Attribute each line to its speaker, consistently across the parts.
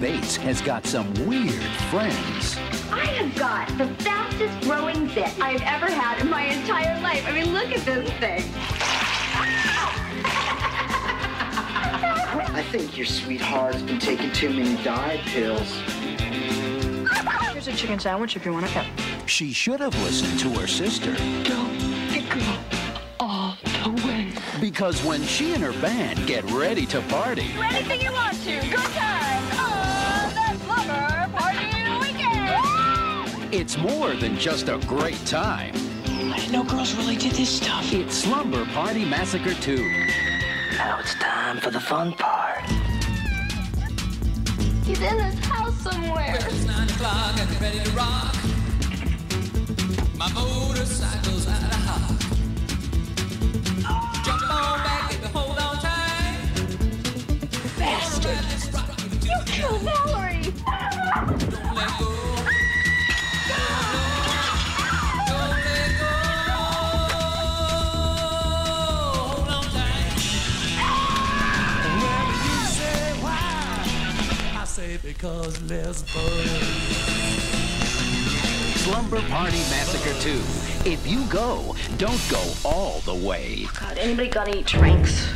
Speaker 1: Bates has got some weird friends.
Speaker 2: I have got the fastest growing bit I have ever had in my entire life. I mean, look at this thing.
Speaker 3: I think your sweetheart's been taking too many diet pills.
Speaker 4: Here's a chicken sandwich if you want it.
Speaker 1: She should have listened to her sister.
Speaker 5: all the way.
Speaker 1: Because when she and her band get ready to party,
Speaker 6: Do anything you want to. Good times
Speaker 2: Oh,
Speaker 6: on the Flubber Party Weekend.
Speaker 1: it's more than just a great time.
Speaker 5: I didn't know girls really did this stuff.
Speaker 1: It's Slumber Party Massacre 2.
Speaker 3: Now it's time for the fun part.
Speaker 2: He's in this house somewhere.
Speaker 7: It's nine o'clock and I'm ready to rock. My motorcycle's out of hock. Jump on back and hold on tight. Bastard! Let's rock it.
Speaker 2: You killed Valerie.
Speaker 7: Don't let go. Don't let go. Hold on tight. And whenever you say why, I say because let's boys.
Speaker 1: Slumber Party Massacre 2. If you go, don't go all the way.
Speaker 4: God, anybody got any drinks?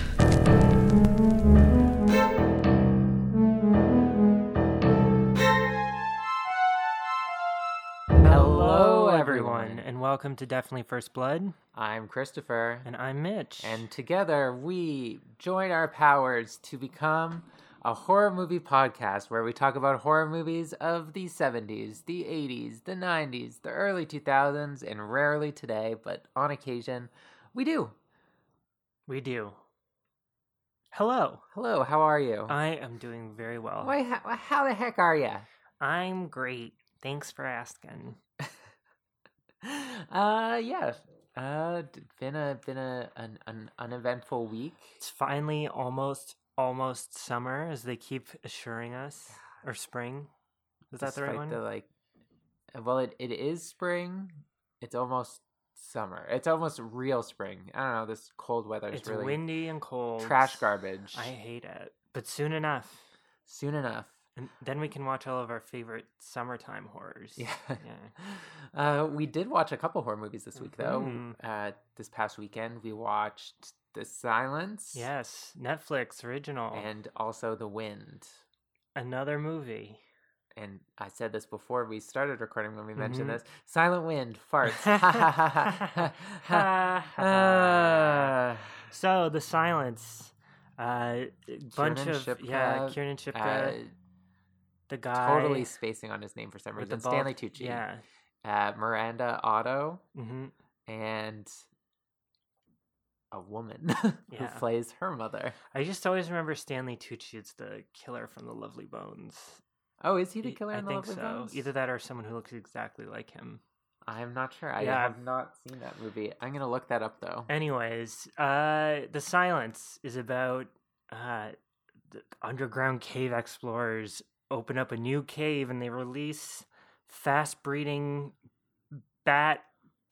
Speaker 8: Hello, everyone, and welcome to Definitely First Blood.
Speaker 9: I'm Christopher,
Speaker 8: And I'm Mitch.
Speaker 9: and together we join our powers to become a horror movie podcast where we talk about horror movies of the 70s, the 80s, the 90s, the early 2000s, and rarely today, but on occasion we do.
Speaker 8: we do. Hello.
Speaker 9: Hello, how are you?
Speaker 8: I am doing very well.
Speaker 9: Why, how, how the heck are you?
Speaker 8: I'm great. Thanks for asking.
Speaker 9: Uh, yeah. Uh, d- been a been a an, an uneventful week.
Speaker 8: It's finally almost, almost summer, as they keep assuring us, or spring. Is that the right one?
Speaker 9: despite like, well, it, it is spring. It's almost summer. It's almost real spring. I don't know. This cold weather is
Speaker 8: it's
Speaker 9: really
Speaker 8: windy and cold.
Speaker 9: trash garbage.
Speaker 8: I hate it. But soon enough,
Speaker 9: Soon enough.
Speaker 8: and then we can watch all of our favorite summertime horrors.
Speaker 9: Yeah. Uh, we did watch a couple horror movies this week, though.
Speaker 8: Mhm.
Speaker 9: Uh, this past weekend, we watched The Silence.
Speaker 8: Yes, Netflix original.
Speaker 9: And also The Wind.
Speaker 8: Another movie.
Speaker 9: And I said this before we started recording when we mentioned
Speaker 8: Mhm.
Speaker 9: this. Silent Wind farts. Ah.
Speaker 8: so the silence, uh, bunch
Speaker 9: Kiernan
Speaker 8: of yeah,
Speaker 9: Shipka,
Speaker 8: Kiernan Shipka,
Speaker 9: Uh,
Speaker 8: the guy
Speaker 9: totally spacing on his name for some
Speaker 8: with the
Speaker 9: reason.
Speaker 8: bald-
Speaker 9: Stanley Tucci,
Speaker 8: Yeah,
Speaker 9: uh, Miranda Otto,
Speaker 8: hmm
Speaker 9: and a woman who
Speaker 8: Yeah.
Speaker 9: plays her mother.
Speaker 8: I just always remember Stanley Tucci. It's the killer from The Lovely Bones.
Speaker 9: Oh, is he the
Speaker 8: Y-
Speaker 9: killer
Speaker 8: I
Speaker 9: in the
Speaker 8: think
Speaker 9: Lovely
Speaker 8: so.
Speaker 9: Bones?
Speaker 8: Either that or someone who looks exactly like him.
Speaker 9: I'm not sure. I
Speaker 8: Yeah.
Speaker 9: have not seen that movie. I'm gonna look that up though.
Speaker 8: Anyways, uh, the silence is about uh, the underground cave explorers open up a new cave and they release fast breeding bat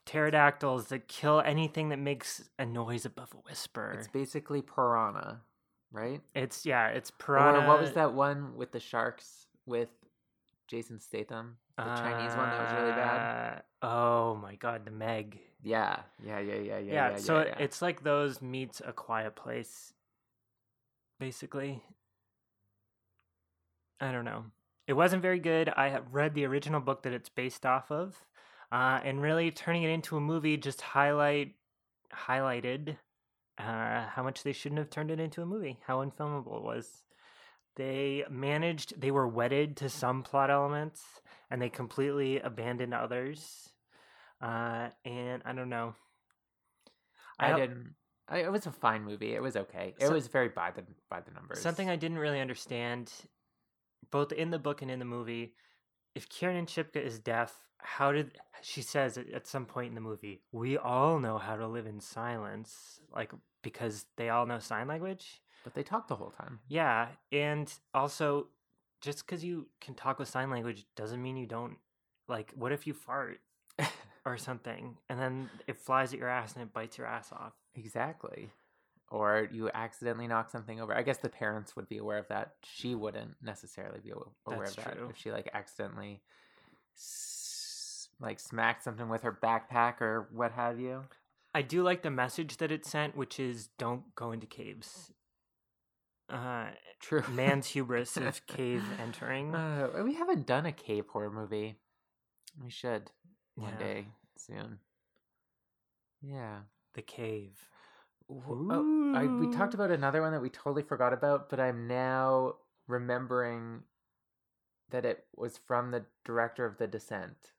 Speaker 8: pterodactyls that kill anything that makes a noise above a whisper.
Speaker 9: It's
Speaker 8: It's,
Speaker 9: basically Piranha, right?
Speaker 8: yeah, it's
Speaker 9: Or
Speaker 8: piranha.
Speaker 9: Oh, what was that one with the sharks with Jason Statham? The Chinese one that was really bad.
Speaker 8: Uh, oh my god, the Meg.
Speaker 9: Yeah, yeah, yeah, yeah, yeah. Yeah.
Speaker 8: Yeah, so
Speaker 9: yeah,
Speaker 8: it-
Speaker 9: yeah.
Speaker 8: it's like those meets a quiet place, basically. I don't know. It wasn't very good. I have read the original book that it's based off of, uh, and really turning it into a movie just highlight highlighted uh, how much they shouldn't have turned it into a movie. How unfilmable it was. They managed. They were wedded to some plot elements, and they completely abandoned others. Uh, and I don't know.
Speaker 9: I
Speaker 8: al-
Speaker 9: didn't. I, it was a fine movie. It was okay. It
Speaker 8: So-
Speaker 9: was very by the by the numbers.
Speaker 8: Something I didn't really understand, both in the book and in the movie, if Kieran Shipka is deaf, how did she says at- at some point in the movie, we all know how to live in silence, like because they all know sign language.
Speaker 9: but they talked the whole time.
Speaker 8: Yeah, and also, just because you can talk with sign language doesn't mean you don't. Like, what if you fart or something, and then it flies at your ass and it bites your ass off?
Speaker 9: Exactly. or you accidentally knock something over. I guess the parents would be aware of that. She wouldn't necessarily be aw- aware
Speaker 8: That's
Speaker 9: of that
Speaker 8: true.
Speaker 9: if she like accidentally s- like smacked something with her backpack or what have you.
Speaker 8: I do like the message that it sent, which is don't go into caves. Uh,
Speaker 9: True.
Speaker 8: man's hubris is cave entering.
Speaker 9: Uh, we haven't done a cave horror movie. We should one
Speaker 8: Yeah.
Speaker 9: day soon. Yeah.
Speaker 8: The cave.
Speaker 9: Wh- Oh, I, we
Speaker 8: Mm.
Speaker 9: talked about another one that we totally forgot about, but I'm now remembering that it was from the director of The Descent.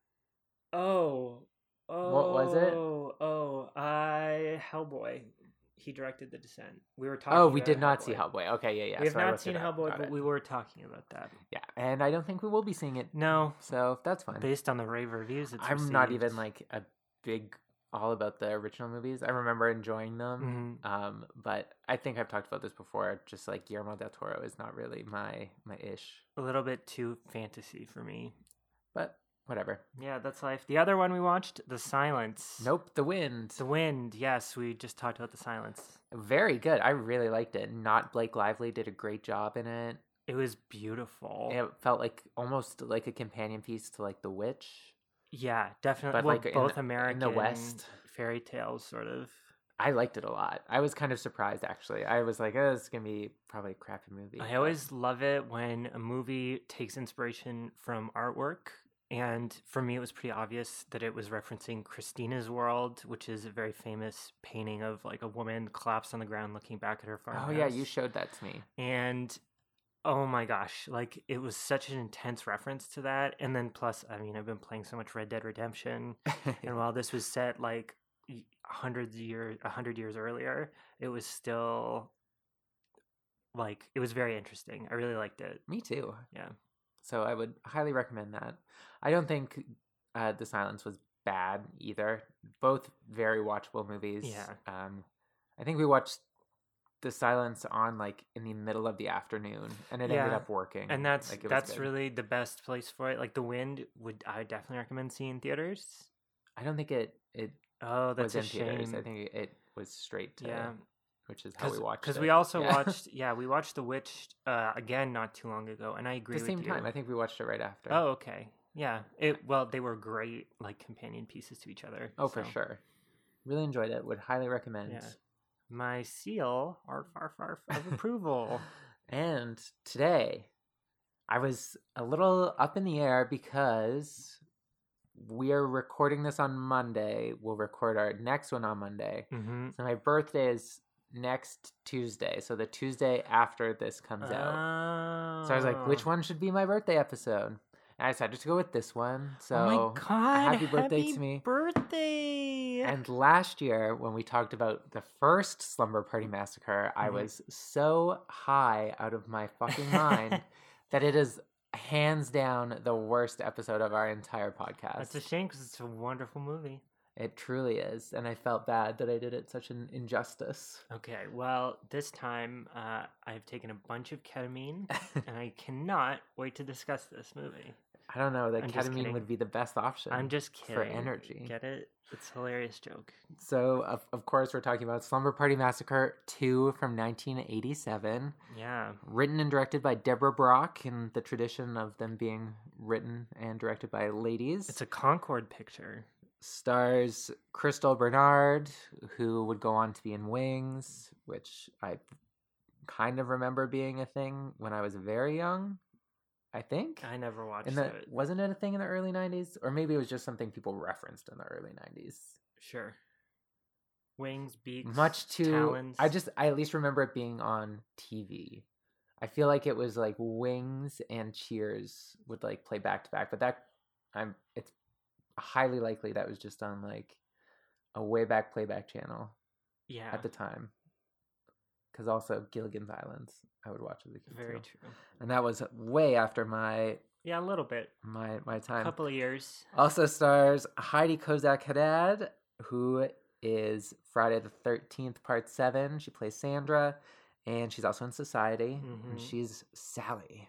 Speaker 8: Oh.
Speaker 9: What was it?
Speaker 8: Oh, oh, I Hellboy. He directed The Descent. We were talking.
Speaker 9: Oh, we
Speaker 8: about
Speaker 9: did not see Hellboy. Okay, yeah, yeah.
Speaker 8: we have
Speaker 9: so I
Speaker 8: not
Speaker 9: looked it
Speaker 8: seen
Speaker 9: up.
Speaker 8: Hellboy,
Speaker 9: Got
Speaker 8: but
Speaker 9: it.
Speaker 8: we were talking about that.
Speaker 9: yeah, and I don't think we will be seeing it.
Speaker 8: No,
Speaker 9: So that's fine.
Speaker 8: based on the rave reviews, it's.
Speaker 9: I'm not
Speaker 8: received.
Speaker 9: even like a big all about the original movies. I remember enjoying them.
Speaker 8: Mhm.
Speaker 9: Um, but I think I've talked about this before. Just like Guillermo del Toro is not really my my ish,
Speaker 8: a little bit too fantasy for me.
Speaker 9: but whatever.
Speaker 8: Yeah, that's life. The other one we watched, The Silence.
Speaker 9: Nope, The Wind,
Speaker 8: The Wind. Yes, we just talked about The Silence.
Speaker 9: very good. I really liked it. Not Blake Lively did a great job in it.
Speaker 8: It was beautiful.
Speaker 9: It felt like almost like a companion piece to like The Witch.
Speaker 8: yeah, definitely.
Speaker 9: But,
Speaker 8: well,
Speaker 9: like, in
Speaker 8: both
Speaker 9: the- in the
Speaker 8: American
Speaker 9: West.
Speaker 8: fairy tales, sort of.
Speaker 9: I liked it a lot. I was kind of surprised actually. I was like, oh, this is gonna be probably a crappy movie.
Speaker 8: I
Speaker 9: but-
Speaker 8: always love it when a movie takes inspiration from artwork. And for me, it was pretty obvious that it was referencing Christina's World, which is a very famous painting of like a woman collapsed on the ground looking back at her farmhouse.
Speaker 9: Oh yeah, you showed that to me.
Speaker 8: and oh my gosh like it was such an intense reference to that and then plus i mean i've been playing so much red dead redemption and while this was set like y- hundreds of years a hundred years earlier it was still like it was very interesting i really liked it
Speaker 9: Me too.
Speaker 8: Yeah.
Speaker 9: So I would highly recommend that. I don't think uh, The Silence was bad either. Both very watchable movies.
Speaker 8: Yeah.
Speaker 9: Um, I think we watched The Silence on like in the middle of the afternoon, and it ended
Speaker 8: Yeah.
Speaker 9: up working.
Speaker 8: and that's
Speaker 9: Mm, Like, it was
Speaker 8: that's
Speaker 9: good.
Speaker 8: really the best place for it like the wind would i definitely recommend seeing theaters
Speaker 9: I don't think it it
Speaker 8: oh that's
Speaker 9: was in
Speaker 8: a shame
Speaker 9: theaters. I think it, it was straight to.
Speaker 8: yeah
Speaker 9: Which is how we watched.
Speaker 8: because
Speaker 9: it.
Speaker 8: we also
Speaker 9: Yeah.
Speaker 8: watched yeah we watched the witch uh again not too long ago and i agree
Speaker 9: the
Speaker 8: with
Speaker 9: same
Speaker 8: you.
Speaker 9: time. I think we watched it right after.
Speaker 8: oh okay yeah it well they were great like companion pieces to each other
Speaker 9: Oh, for
Speaker 8: so.
Speaker 9: sure. Really enjoyed it. Would highly recommend.
Speaker 8: Yeah. my seal arf arf arf of approval
Speaker 9: And today, I was a little up in the air because we are recording this on Monday. We'll record our next one on Monday.
Speaker 8: mm-hmm.
Speaker 9: So my birthday is next Tuesday. So the Tuesday after this comes out. So I was like,
Speaker 8: Oh. Ah.
Speaker 9: which one should be my birthday episode? And I decided to go with this one. So
Speaker 8: oh my god
Speaker 9: happy birthday to me.
Speaker 8: birthday
Speaker 9: And last year, when we talked about the first Slumber Party Massacre, I
Speaker 8: Mhm.
Speaker 9: was so high out of my fucking mind that it is hands down the worst episode of our entire
Speaker 8: that's
Speaker 9: podcast.
Speaker 8: a shame because it's a wonderful movie
Speaker 9: it truly is. And I felt bad that I did it such an injustice.
Speaker 8: okay well this time uh i've taken a bunch of ketamine and i cannot wait to discuss this movie
Speaker 9: I don't know, that
Speaker 8: I'm just
Speaker 9: ketamine
Speaker 8: kidding.
Speaker 9: would be the best option.
Speaker 8: i'm just kidding
Speaker 9: for energy.
Speaker 8: get it it's a hilarious joke
Speaker 9: So, of, of course, we're talking about Slumber Party Massacre 2 from 1987.
Speaker 8: yeah
Speaker 9: written and directed by Deborah Brock in the tradition of them being written and directed by ladies.
Speaker 8: it's a concord picture
Speaker 9: Stars Crystal Bernard, who would go on to be in Wings, which I kind of remember being a thing when I was very young, I think.
Speaker 8: i never watched
Speaker 9: in the,
Speaker 8: it
Speaker 9: wasn't it a thing in the early 90s? Or maybe it was just something people referenced in the early 90s.
Speaker 8: Sure. Wings, beaks,
Speaker 9: Much too.
Speaker 8: talons.
Speaker 9: I just, I at least remember it being on TV. I feel like it was like Wings and Cheers would like play back to back, but that I'm it's highly likely that was just on like a way back playback channel
Speaker 8: yeah,
Speaker 9: at the time. Because also Gilligan's Islands, I would watch as a kid
Speaker 8: very
Speaker 9: too.
Speaker 8: true.
Speaker 9: and that was way after my
Speaker 8: Yeah, a little bit,
Speaker 9: my my
Speaker 8: a
Speaker 9: time.
Speaker 8: couple of years.
Speaker 9: Also stars Heidi Kozak Haddad, who is Friday the Thirteenth Part Seven. She plays Sandra, and she's also in Society, and
Speaker 8: Mhm.
Speaker 9: she's Sally.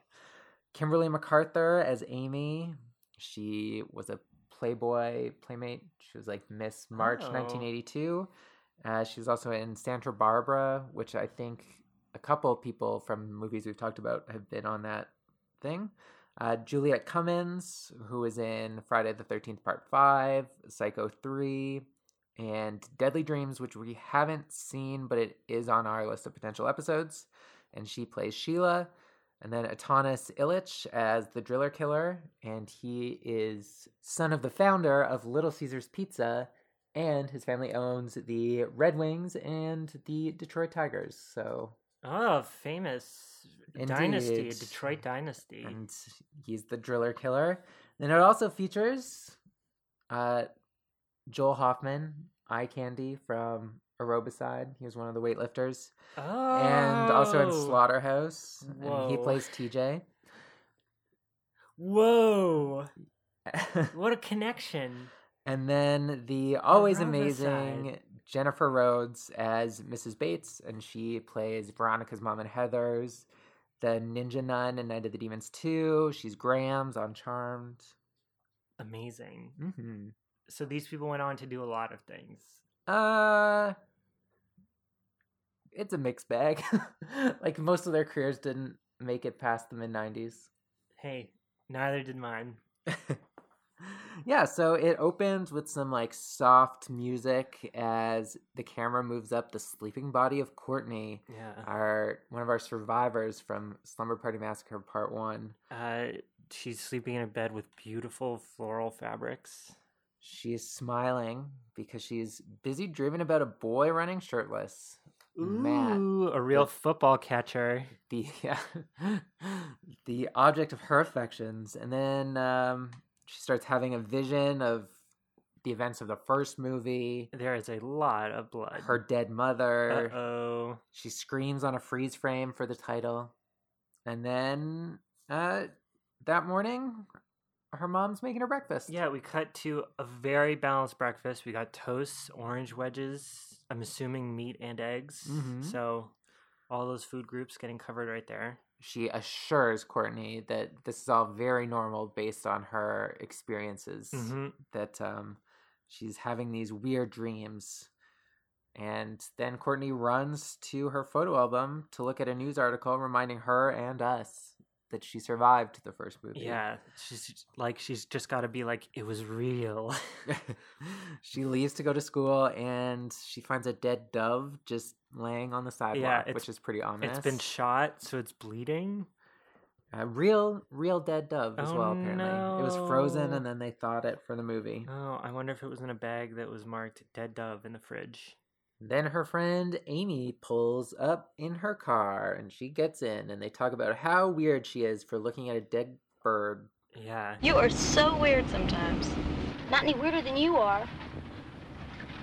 Speaker 9: Kimberly MacArthur as Amy. She was a Playboy playmate. She was like Miss March
Speaker 8: Oh.
Speaker 9: 1982, Uh, she's also in Santa Barbara, which I think a couple people from movies we've talked about have been on that thing. Uh, Juliet Cummins, who is in Friday the 13th, Part 5, Psycho 3, and Deadly Dreams, which we haven't seen, but it is on our list of potential episodes. And she plays Sheila. And then Atanas Illich as the driller killer. And he is son of the founder of Little Caesars Pizza. And his family owns the Red Wings and the Detroit Tigers. So,
Speaker 8: Oh, famous dynasty,
Speaker 9: Indeed.
Speaker 8: Detroit dynasty.
Speaker 9: and he's the driller killer. Then it also features uh, Joel Hoffman, Eye Candy from Aerobicide. He was one of the weightlifters.
Speaker 8: oh,
Speaker 9: and also in Slaughterhouse. And he
Speaker 8: Whoa.
Speaker 9: plays TJ.
Speaker 8: Whoa! What a connection.
Speaker 9: and then the always
Speaker 8: Around this
Speaker 9: amazing
Speaker 8: side.
Speaker 9: Jennifer Rhodes as Mrs. Bates, and she plays Veronica's mom and Heather's, the Ninja Nun in Night of the Demons 2. She's Graham's on Charmed.
Speaker 8: Amazing.
Speaker 9: hmm
Speaker 8: So these people went on to do a lot of things.
Speaker 9: Uh, it's a mixed bag. like most of their careers didn't make it past the mid 90s.
Speaker 8: Hey, neither did mine.
Speaker 9: yeah, so it opens with some like soft music as the camera moves up the sleeping body of Courtney,
Speaker 8: Yeah.
Speaker 9: our one of our survivors from Slumber Party Massacre Part One.
Speaker 8: Uh, she's sleeping in a bed with beautiful floral fabrics.
Speaker 9: She is smiling because she's busy dreaming about a boy running shirtless. Matt,
Speaker 8: Ooh, a real football catcher.
Speaker 9: the yeah, the object of her affections, and then um, she starts having a vision of the events of the first movie.
Speaker 8: There is a lot of blood.
Speaker 9: Her dead mother.
Speaker 8: Uh-oh.
Speaker 9: She screams on a freeze frame for the title. And then uh, that morning, her mom's making her breakfast.
Speaker 8: Yeah, we cut to a very balanced breakfast. We got toasts, orange wedges, I'm assuming meat and eggs.
Speaker 9: Mhm.
Speaker 8: So all those food groups getting covered right there.
Speaker 9: She assures Courtney that this is all very normal based on her experiences,
Speaker 8: hmm
Speaker 9: that um, she's having these weird dreams. And then Courtney runs to her photo album to look at a news article reminding her and us that she survived the first movie.
Speaker 8: Yeah, she's j- like she's just got to be like it was real.
Speaker 9: she leaves to go to school and she finds a dead dove just laying on the sidewalk,
Speaker 8: it's-
Speaker 9: which is pretty ominous.
Speaker 8: it's been shot, so it's bleeding.
Speaker 9: a Uh, real, real dead dove as
Speaker 8: Oh,
Speaker 9: well. Apparently, it was frozen
Speaker 8: no.
Speaker 9: and then they thawed it for the movie.
Speaker 8: Oh, I wonder if it was in a bag that was marked "dead dove" in the fridge.
Speaker 9: Then her friend Amy pulls up in her car and she gets in and they talk about how weird she is for looking at a dead bird.
Speaker 8: Yeah,
Speaker 6: You are so weird sometimes.
Speaker 2: Not any weirder than you are.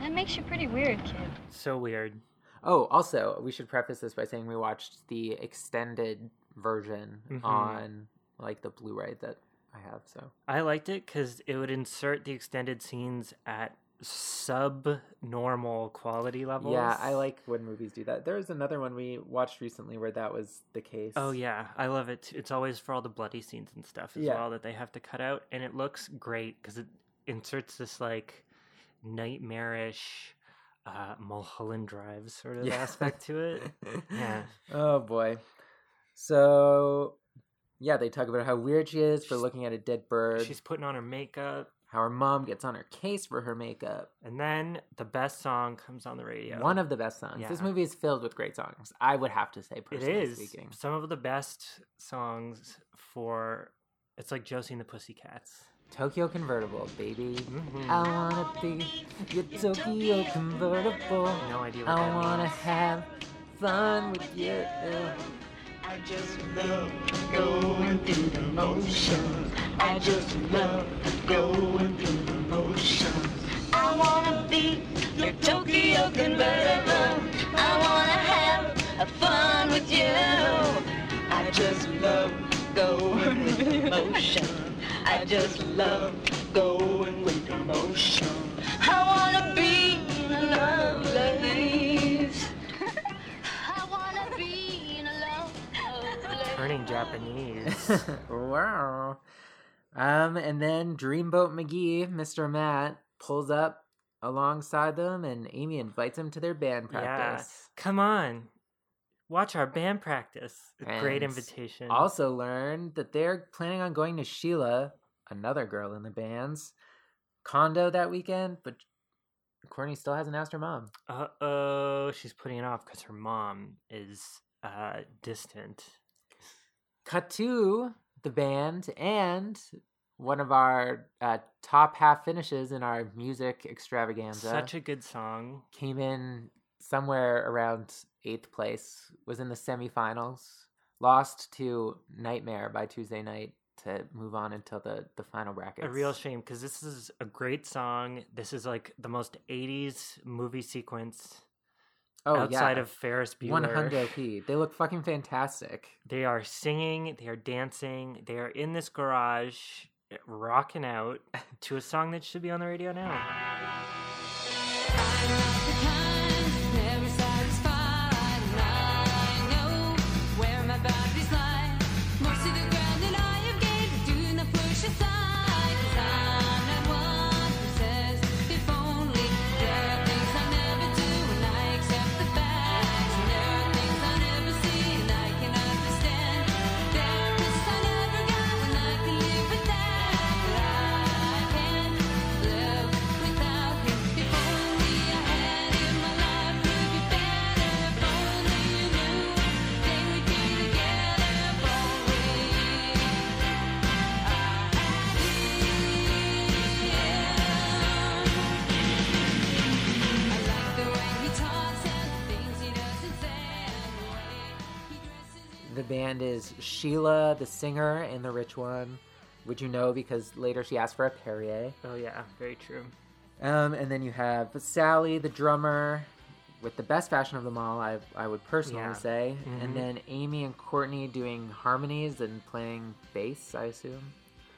Speaker 6: That makes you pretty weird, kid.
Speaker 8: so weird.
Speaker 9: Oh, also, we should preface this by saying we watched the extended version
Speaker 8: Mhm.
Speaker 9: on like the Blu-ray that I have. So
Speaker 8: I liked it because it would insert the extended scenes at sub-normal quality levels.
Speaker 9: Yeah, I like when movies do that. There was another one we watched recently where that was the case.
Speaker 8: Oh yeah, I love it. too. It's always for all the bloody scenes and stuff as
Speaker 9: Yeah.
Speaker 8: well that they have to cut out, and it looks great because it inserts this like nightmarish uh, Mulholland Drive sort of
Speaker 9: Yeah.
Speaker 8: aspect to it. Yeah.
Speaker 9: Oh boy. So yeah, they talk about how weird she is for
Speaker 8: She's-
Speaker 9: looking at a dead bird.
Speaker 8: She's putting on her makeup,
Speaker 9: How her mom gets on her case for her makeup.
Speaker 8: and then the best song comes on the radio.
Speaker 9: One of the best songs. This
Speaker 8: Yeah.
Speaker 9: movie is filled with great songs. I would have to say,
Speaker 8: it
Speaker 9: personally
Speaker 8: is
Speaker 9: speaking.
Speaker 8: some of the best songs for. It's like Josie and the Pussycats.
Speaker 9: Tokyo Convertible, baby.
Speaker 8: Mhm.
Speaker 9: I wanna be your Tokyo Convertible.
Speaker 8: No idea
Speaker 9: I
Speaker 8: what that
Speaker 9: wanna
Speaker 8: means.
Speaker 9: have fun with uh, you.
Speaker 6: I wanna be your Tokyo convertible. I wanna have a fun with you. I just love going with emotion. I just love going with emotion. I wanna be in a love place. I wanna be in a love place.
Speaker 8: Turning Japanese.
Speaker 9: wow. Um, and then Dreamboat McGee, Mr. Matt, pulls up alongside them, and Amy invites him to their band practice.
Speaker 8: Yeah. Come on. Watch our band practice.
Speaker 9: And
Speaker 8: Great invitation.
Speaker 9: Also, learn that they're planning on going to Sheila, another girl in the band's condo that weekend, but Courtney still hasn't asked her mom.
Speaker 8: Uh oh, she's putting it off because her mom is uh distant.
Speaker 9: Cut to the band and one of our uh, top half finishes in our music extravaganza.
Speaker 8: Such a good song.
Speaker 9: came in somewhere around eighth place, was in the semifinals, lost to Nightmare by Tuesday night to move on until the, the final bracket.
Speaker 8: A real shame because this is a great song. This is like the most 80s movie sequence
Speaker 9: oh,
Speaker 8: outside
Speaker 9: yeah.
Speaker 8: of Ferris Bueller.
Speaker 9: 100 P. They look fucking fantastic.
Speaker 8: They are singing, they are dancing, they are in this garage eh, rocking out to a song that should be on the radio now.
Speaker 9: The band is Sheila, the singer, and the rich one, which you know because later she asked for a Perrier.
Speaker 8: Oh, yeah, very true.
Speaker 9: Um, and then you have Sally, the drummer, with the best fashion of them all, I, I would personally
Speaker 8: Yeah.
Speaker 9: say.
Speaker 8: Mhm.
Speaker 9: And then Amy and Courtney doing harmonies and playing bass, I assume.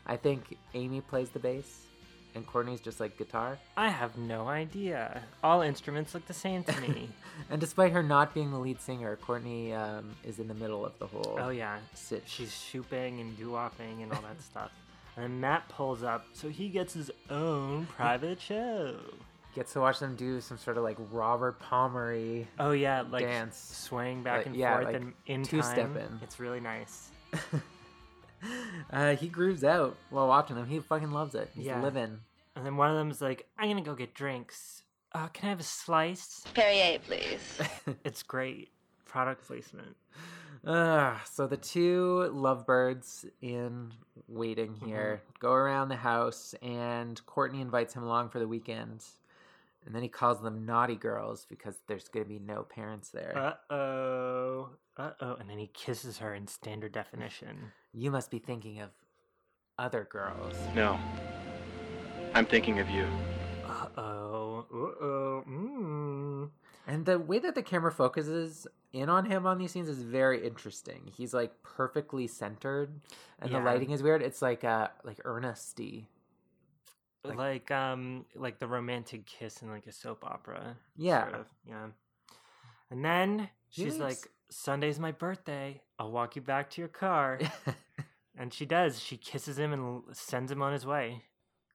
Speaker 9: I think Amy plays the bass, and Courtney's just like guitar.
Speaker 8: I have no idea. All instruments look the same to me.
Speaker 9: And despite her not being the lead singer, Courtney um, is in the middle of the whole.
Speaker 8: oh, yeah.
Speaker 9: sit.
Speaker 8: She's shooping and doo-wopping and all that stuff. And then Matt pulls up, so he gets his own private show.
Speaker 9: gets to watch them do some sort of like Robert Palmery.
Speaker 8: Oh yeah, like
Speaker 9: Dance.
Speaker 8: swaying back
Speaker 9: Like,
Speaker 8: and
Speaker 9: yeah,
Speaker 8: forth
Speaker 9: like,
Speaker 8: and in time.
Speaker 9: two-stepping.
Speaker 8: It's really nice.
Speaker 9: Uh, he grooves out while watching them. He fucking loves it. He's
Speaker 8: Yeah.
Speaker 9: living.
Speaker 8: And then one of them's like, "I'm gonna go get drinks. Uh, can I have a slice?"
Speaker 6: Perrier, please.
Speaker 8: It's great product placement.
Speaker 9: Uh, so the two lovebirds in waiting here go around the house, and Courtney invites him along for the weekend. And then he calls them naughty girls because there's going to be no parents there.
Speaker 8: Uh oh, uh oh. And then he kisses her in standard definition.
Speaker 9: you must be thinking of other girls.
Speaker 10: No. I'm thinking of you.
Speaker 8: Uh oh, uh oh. Mm.
Speaker 9: And the way that the camera focuses in on him on these scenes is very interesting. He's like perfectly centered, and
Speaker 8: Yeah.
Speaker 9: the lighting is weird. It's like uh like earnesty.
Speaker 8: Like,
Speaker 9: Like-
Speaker 8: um like the romantic kiss in like a soap opera.
Speaker 9: Yeah.
Speaker 8: Sort of. Yeah. And then
Speaker 9: You
Speaker 8: she's
Speaker 9: think
Speaker 8: like,
Speaker 9: s-
Speaker 8: Sunday's my birthday. I'll walk you back to your car. and she does. She kisses him and l- sends him on his way.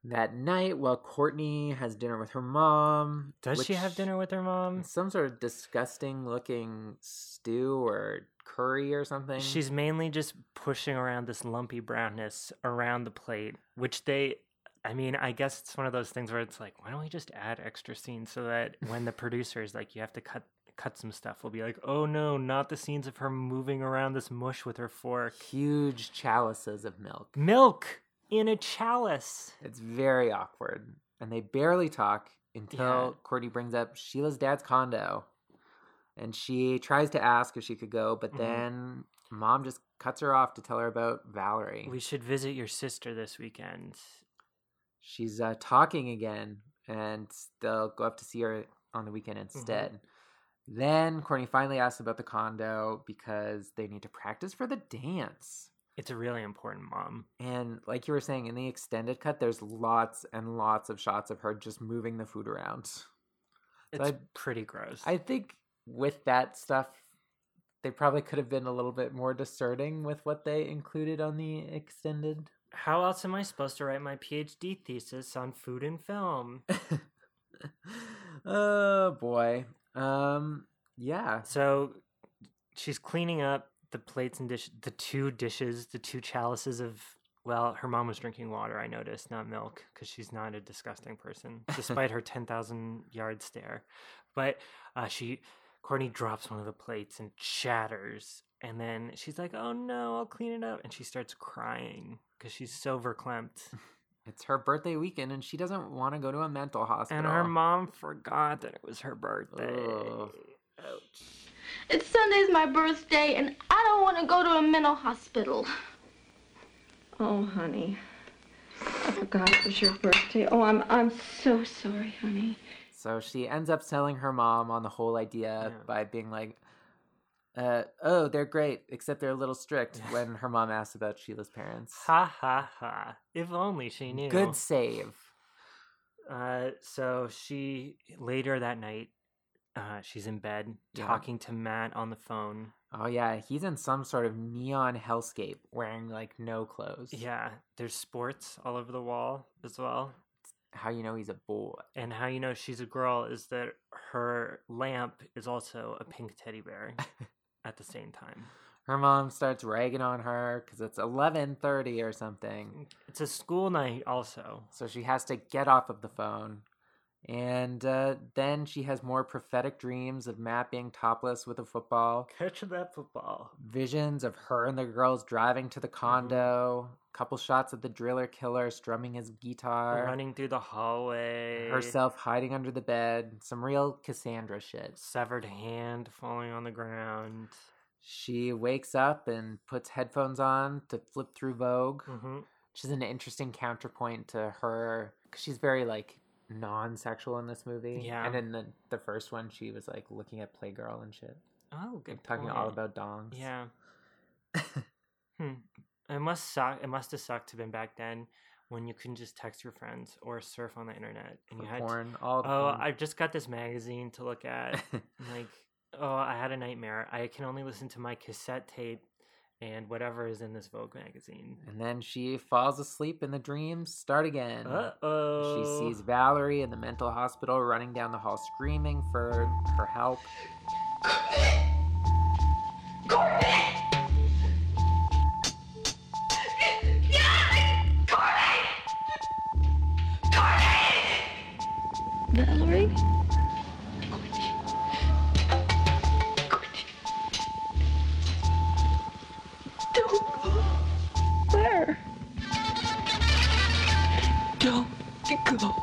Speaker 9: that night, while Courtney has dinner with her mom,
Speaker 8: Does she have
Speaker 9: which-
Speaker 8: dinner with her mom?
Speaker 9: Some sort of disgusting looking stew or curry or something.
Speaker 8: She's mainly just pushing around this lumpy brownness around the plate, which they I mean, I guess it's one of those things where it's like, why don't we just add extra scenes so that when the producer is like, you have to cut cut some stuff, we'll be like, oh no, not the scenes of her moving around this mush with her fork.
Speaker 9: huge chalices of milk.
Speaker 8: Milk in a chalice.
Speaker 9: It's very awkward, and they barely talk until
Speaker 8: Yeah.
Speaker 9: Courtney brings up Sheila's dad's condo, and she tries to ask if she could go, but
Speaker 8: Mhm.
Speaker 9: then mom just cuts her off to tell her about Valerie.
Speaker 8: We should visit your sister this weekend.
Speaker 9: She's uh, talking again, and they'll go up to see her on the weekend instead. Then Courtney finally asks about the condo because they need to practice for the dance.
Speaker 8: It's a really important mom.
Speaker 9: And like you were saying, in the extended cut, there's lots and lots of shots of her just moving the food around.
Speaker 8: It's
Speaker 9: I-
Speaker 8: pretty gross.
Speaker 9: I think with that stuff, they probably could have been a little bit more discerning with what they included on the extended.
Speaker 8: How else am I supposed to write my PhD thesis on food and film?
Speaker 9: oh boy. Um. Yeah.
Speaker 8: So she's cleaning up the plates and dish, the two dishes, the two chalices of. Well, her mom was drinking water. I noticed, not milk, because she's not a disgusting person, despite her ten thousand yard stare. But uh, she, Courtney, drops one of the plates and shatters. And then she's like, "Oh no, I'll clean it up," and she starts crying because she's so verklempt.
Speaker 9: It's her birthday weekend, and she doesn't want to go to a mental hospital.
Speaker 8: And her mom forgot that it was her birthday.
Speaker 9: Ugh.
Speaker 8: Ouch.
Speaker 2: It's Sunday's my birthday, and I don't want to go to a mental hospital. Oh, honey. I forgot it was your birthday. Oh, I'm I'm so sorry, honey.
Speaker 9: So she ends up selling her mom on the whole idea by being like, uh, "Oh, they're great, except they're a little strict." when her mom asks about Sheila's parents,
Speaker 8: Ha ha ha. If only she knew.
Speaker 9: good save.
Speaker 8: Uh, so she later that night, uh, she's in bed
Speaker 9: Yeah.
Speaker 8: talking to Matt on the phone.
Speaker 9: Oh yeah, he's in some sort of neon hellscape, wearing like no clothes.
Speaker 8: Yeah, there's sports all over the wall as well.
Speaker 9: how you know he's a boy?
Speaker 8: And how you know she's a girl is that her lamp is also a pink teddy bear at the same time.
Speaker 9: Her mom starts ragging on her because it's eleven thirty or something.
Speaker 8: Mm, It's a school night also.
Speaker 9: So she has to get off of the phone. And uh, then she has more prophetic dreams of Matt being topless with a football,
Speaker 8: Catch that football.
Speaker 9: visions of her and the girls driving to the condo, couple shots of the driller killer strumming his guitar,
Speaker 8: Running through the hallway.
Speaker 9: herself hiding under the bed, some real Cassandra shit.
Speaker 8: Severed hand falling on the ground.
Speaker 9: She wakes up and puts headphones on to flip through Vogue,
Speaker 8: hmm
Speaker 9: which is an interesting counterpoint to her because she's very like non-sexual in this movie.
Speaker 8: Yeah.
Speaker 9: and in the, the first one, she was like looking at Playgirl and shit,
Speaker 8: Oh, good.
Speaker 9: like talking all
Speaker 8: point.
Speaker 9: about dongs.
Speaker 8: Yeah. hmm. It must suck. It must have sucked to been back then when you couldn't just text your friends or surf on the internet and
Speaker 9: the
Speaker 8: you had. To,
Speaker 9: porn, all the
Speaker 8: oh,
Speaker 9: porn.
Speaker 8: I just got this magazine to look at. and, like, oh, I had a nightmare. I can only listen to my cassette tape and whatever is in this Vogue magazine.
Speaker 9: and then she falls asleep and the dreams start again.
Speaker 8: Uh oh.
Speaker 9: She sees Valerie in the mental hospital running down the hall screaming for for help.
Speaker 2: Valerie? Where?
Speaker 5: Don't go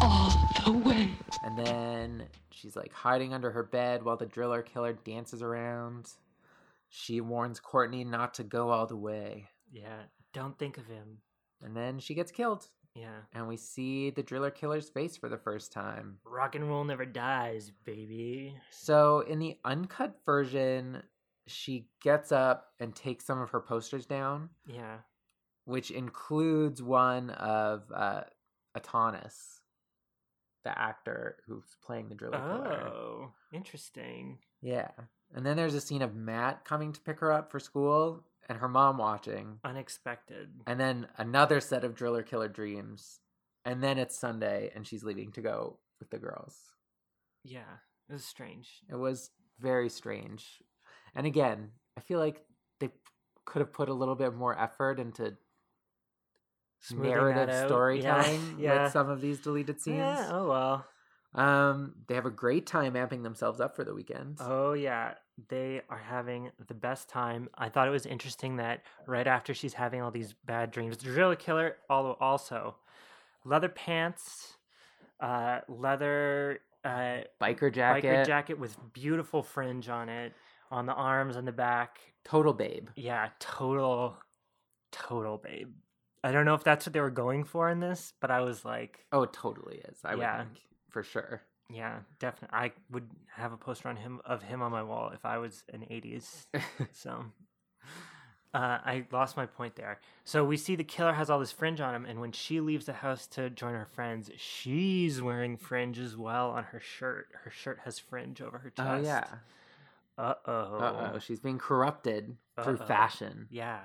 Speaker 5: all the way.
Speaker 9: And then she's like hiding under her bed while the driller killer dances around. She warns Courtney not to go all the way.
Speaker 8: Yeah. Don't think of him.
Speaker 9: And then she gets killed.
Speaker 8: Yeah.
Speaker 9: And we see the driller killer's face for the first time.
Speaker 8: Rock and roll never dies, baby.
Speaker 9: So in the uncut version, she gets up and takes some of her posters down,
Speaker 8: Yeah.
Speaker 9: which includes one of uh, Atanas, the actor who's playing the driller killer.
Speaker 8: Oh, interesting.
Speaker 9: Yeah. And then there's a scene of Matt coming to pick her up for school and her mom watching.
Speaker 8: Unexpected.
Speaker 9: And then another set of driller killer dreams. And then it's Sunday and she's leaving to go with the girls.
Speaker 8: Yeah. It was strange.
Speaker 9: It was very strange. And again, I feel like they could have put a little bit more effort into
Speaker 8: Smoothing that
Speaker 9: narrative
Speaker 8: out.
Speaker 9: storytelling
Speaker 8: Yeah. yeah.
Speaker 9: with some of these deleted scenes.
Speaker 8: Yeah, oh well.
Speaker 9: Um, they have a great time amping themselves up for the weekend.
Speaker 8: Oh yeah. They are having the best time. I thought it was interesting that right after she's having all these bad dreams, Drilla Killer al- also leather pants, uh, leather uh,
Speaker 9: Biker jacket,
Speaker 8: biker jacket with beautiful fringe on it, on the arms and the back.
Speaker 9: total babe.
Speaker 8: Yeah, total, total babe. I don't know if that's what they were going for in this, but I was like,
Speaker 9: Oh, it totally is. I
Speaker 8: Yeah.
Speaker 9: would think for sure.
Speaker 8: Yeah, definitely. I would have a poster on him of him on my wall if I was an '80s. so, uh, I lost my point there. So we see the killer has all this fringe on him, and when she leaves the house to join her friends, she's wearing fringe as well on her shirt. Her shirt has fringe over her chest.
Speaker 9: Oh yeah.
Speaker 8: Uh
Speaker 9: Uh oh,
Speaker 8: oh.
Speaker 9: she's being corrupted through
Speaker 8: Uh-oh.
Speaker 9: fashion,
Speaker 8: Yeah.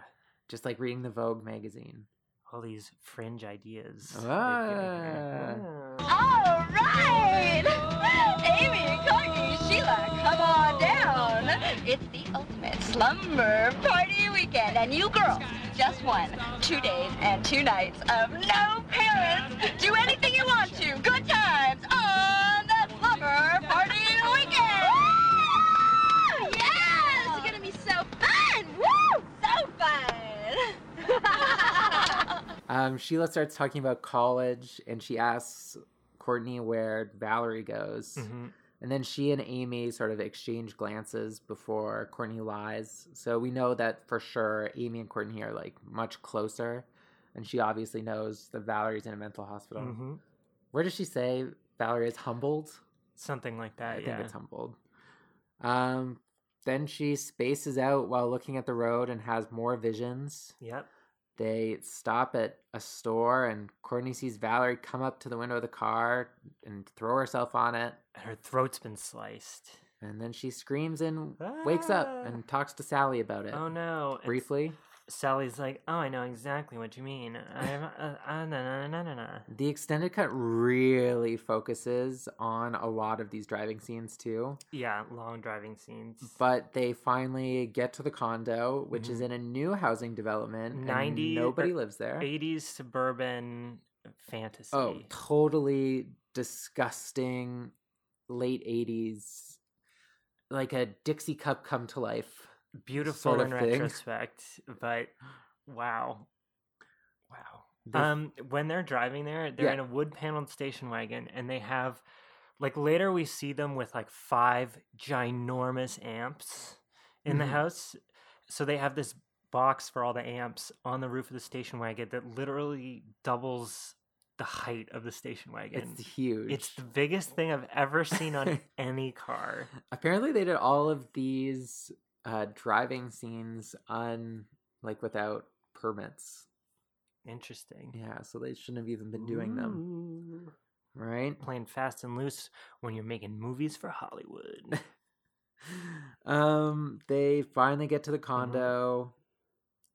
Speaker 9: just like reading the Vogue magazine.
Speaker 8: all these fringe ideas. they've given her.
Speaker 9: Ah.
Speaker 6: All right! Amy, Courtney, Sheila, come on down. It's the ultimate slumber party weekend, and you girls just won two days and two nights of no parents. Do anything you want to. Good times on the slumber party weekend. Woo! Yes! It's gonna be so fun. Woo! So fun.
Speaker 9: Um, Sheila starts talking about college and she asks Courtney where Valerie goes.
Speaker 8: Mhm.
Speaker 9: And then she and Amy sort of exchange glances before Courtney lies. So we know that for sure Amy and Courtney are like much closer. And she obviously knows that Valerie's in a mental hospital.
Speaker 8: Mhm.
Speaker 9: Where does she say Valerie is humbled?
Speaker 8: Something like
Speaker 9: I
Speaker 8: that.
Speaker 9: think
Speaker 8: yeah.
Speaker 9: it's humbled. Um, then she spaces out while looking at the road and has more visions.
Speaker 8: Yep.
Speaker 9: They stop at a store, and Courtney sees Valerie come up to the window of the car and throw herself on it.
Speaker 8: And her throat's been sliced.
Speaker 9: And then she screams and wakes up
Speaker 8: Ah.
Speaker 9: and talks to Sally about it
Speaker 8: Oh no. And
Speaker 9: briefly.
Speaker 8: Sally's like, "Oh, I know exactly what you mean. I have uh, uh, na na na na na."
Speaker 9: The extended cut really focuses on a lot of these driving scenes too.
Speaker 8: Yeah, long driving scenes.
Speaker 9: But they finally get to the condo, which is
Speaker 8: Mhm.
Speaker 9: in a new housing development.
Speaker 8: 90
Speaker 9: and nobody
Speaker 8: but
Speaker 9: lives there.
Speaker 8: 80s suburban fantasy.
Speaker 9: Oh, totally disgusting late 80s, like a Dixie cup come to life.
Speaker 8: beautiful
Speaker 9: sort of
Speaker 8: in
Speaker 9: thing.
Speaker 8: retrospect, but wow. Wow.
Speaker 9: The-
Speaker 8: um when they're driving there, they're
Speaker 9: Yeah.
Speaker 8: in a wood paneled station wagon and they have like later we see them with like five ginormous amps in the
Speaker 9: Mhm.
Speaker 8: house. So they have this box for all the amps on the roof of the station wagon that literally doubles the height of the station wagon.
Speaker 9: It's huge.
Speaker 8: It's the biggest thing I've ever seen on any car.
Speaker 9: Apparently, they did all of these uh, driving scenes on like without permits.
Speaker 8: Interesting.
Speaker 9: Yeah, so they shouldn't have even been doing them,
Speaker 8: Ooh.
Speaker 9: right?
Speaker 8: Playing fast and loose when you're making movies for Hollywood.
Speaker 9: Um, they finally get to
Speaker 8: Mm-hmm.
Speaker 9: the condo.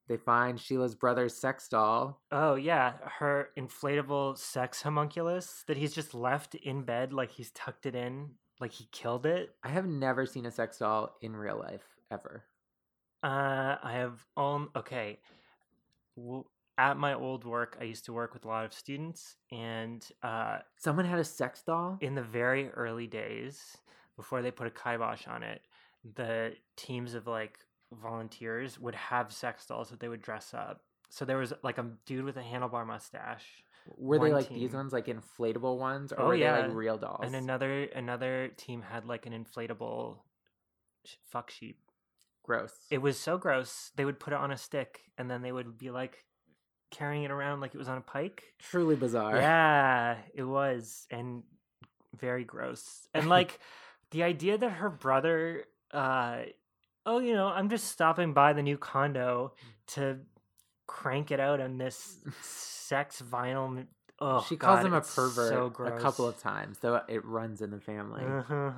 Speaker 9: They find Sheila's brother's sex doll.
Speaker 8: oh yeah, her inflatable sex homunculus that he's just left in bed like he's tucked it in, like he killed it.
Speaker 9: I have never seen a sex doll in real life ever.
Speaker 8: Uh, I have on okay. W at my old work, I used to work with a lot of students, and uh,
Speaker 9: Someone had a sex doll.
Speaker 8: in the very early days before they put a kibosh on it the teams of like volunteers would have sex dolls that they would dress up so there was like a dude with a handlebar mustache
Speaker 9: Were they
Speaker 8: one
Speaker 9: like these
Speaker 8: team.
Speaker 9: ones, like inflatable ones, or
Speaker 8: Oh,
Speaker 9: were they
Speaker 8: yeah.
Speaker 9: like real dolls?
Speaker 8: and another another team had like an inflatable sh- fuck sheep
Speaker 9: Gross.
Speaker 8: it was so gross they would put it on a stick and then they would be like carrying it around like it was on a pike
Speaker 9: Truly bizarre.
Speaker 8: Yeah, it was, and very gross. And like the idea that her brother, uh, oh, you know, I'm just stopping by the new condo to crank it out on this sex vinyl. Oh,
Speaker 9: she calls
Speaker 8: God,
Speaker 9: him a
Speaker 8: it's so
Speaker 9: pervert a
Speaker 8: gross.
Speaker 9: couple of times, though it runs in the family.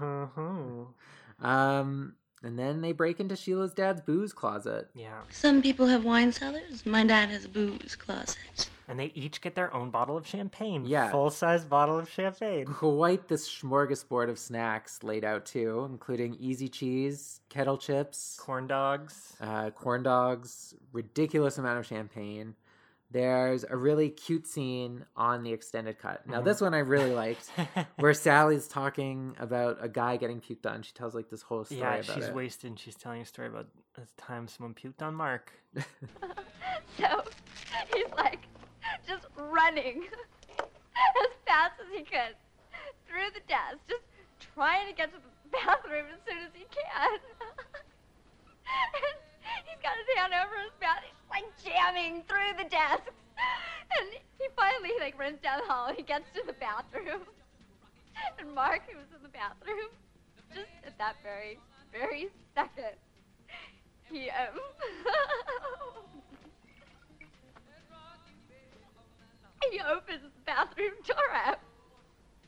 Speaker 8: Mhm.
Speaker 9: Um, and then they break into Sheila's dad's booze closet.
Speaker 8: yeah,
Speaker 6: Some people have wine cellars. My dad has a booze closet.
Speaker 8: and they each get their own bottle of champagne.
Speaker 9: Yeah.
Speaker 8: full size bottle of champagne.
Speaker 9: Quite the smorgasbord of snacks laid out too, including easy cheese, kettle chips,
Speaker 8: Corn dogs.
Speaker 9: uh, corn dogs, ridiculous amount of champagne. There's a really cute scene on the extended cut.
Speaker 8: Mm-hmm.
Speaker 9: Now, this one I really liked, where Sally's talking about a guy getting puked on. She tells like this whole story
Speaker 8: yeah,
Speaker 9: about
Speaker 8: she's
Speaker 9: it.
Speaker 8: wasted. and She's telling a story about the time someone puked on Mark.
Speaker 2: So he's like just running as fast as he could through the desk, just trying to get to the bathroom as soon as he can. and he's got his hand over his mouth, he's just, like jamming through the desk. And he finally like runs down the hall and he gets to the bathroom. And Mark, who was in the bathroom, just at that very, very second, he um He opens the bathroom door up.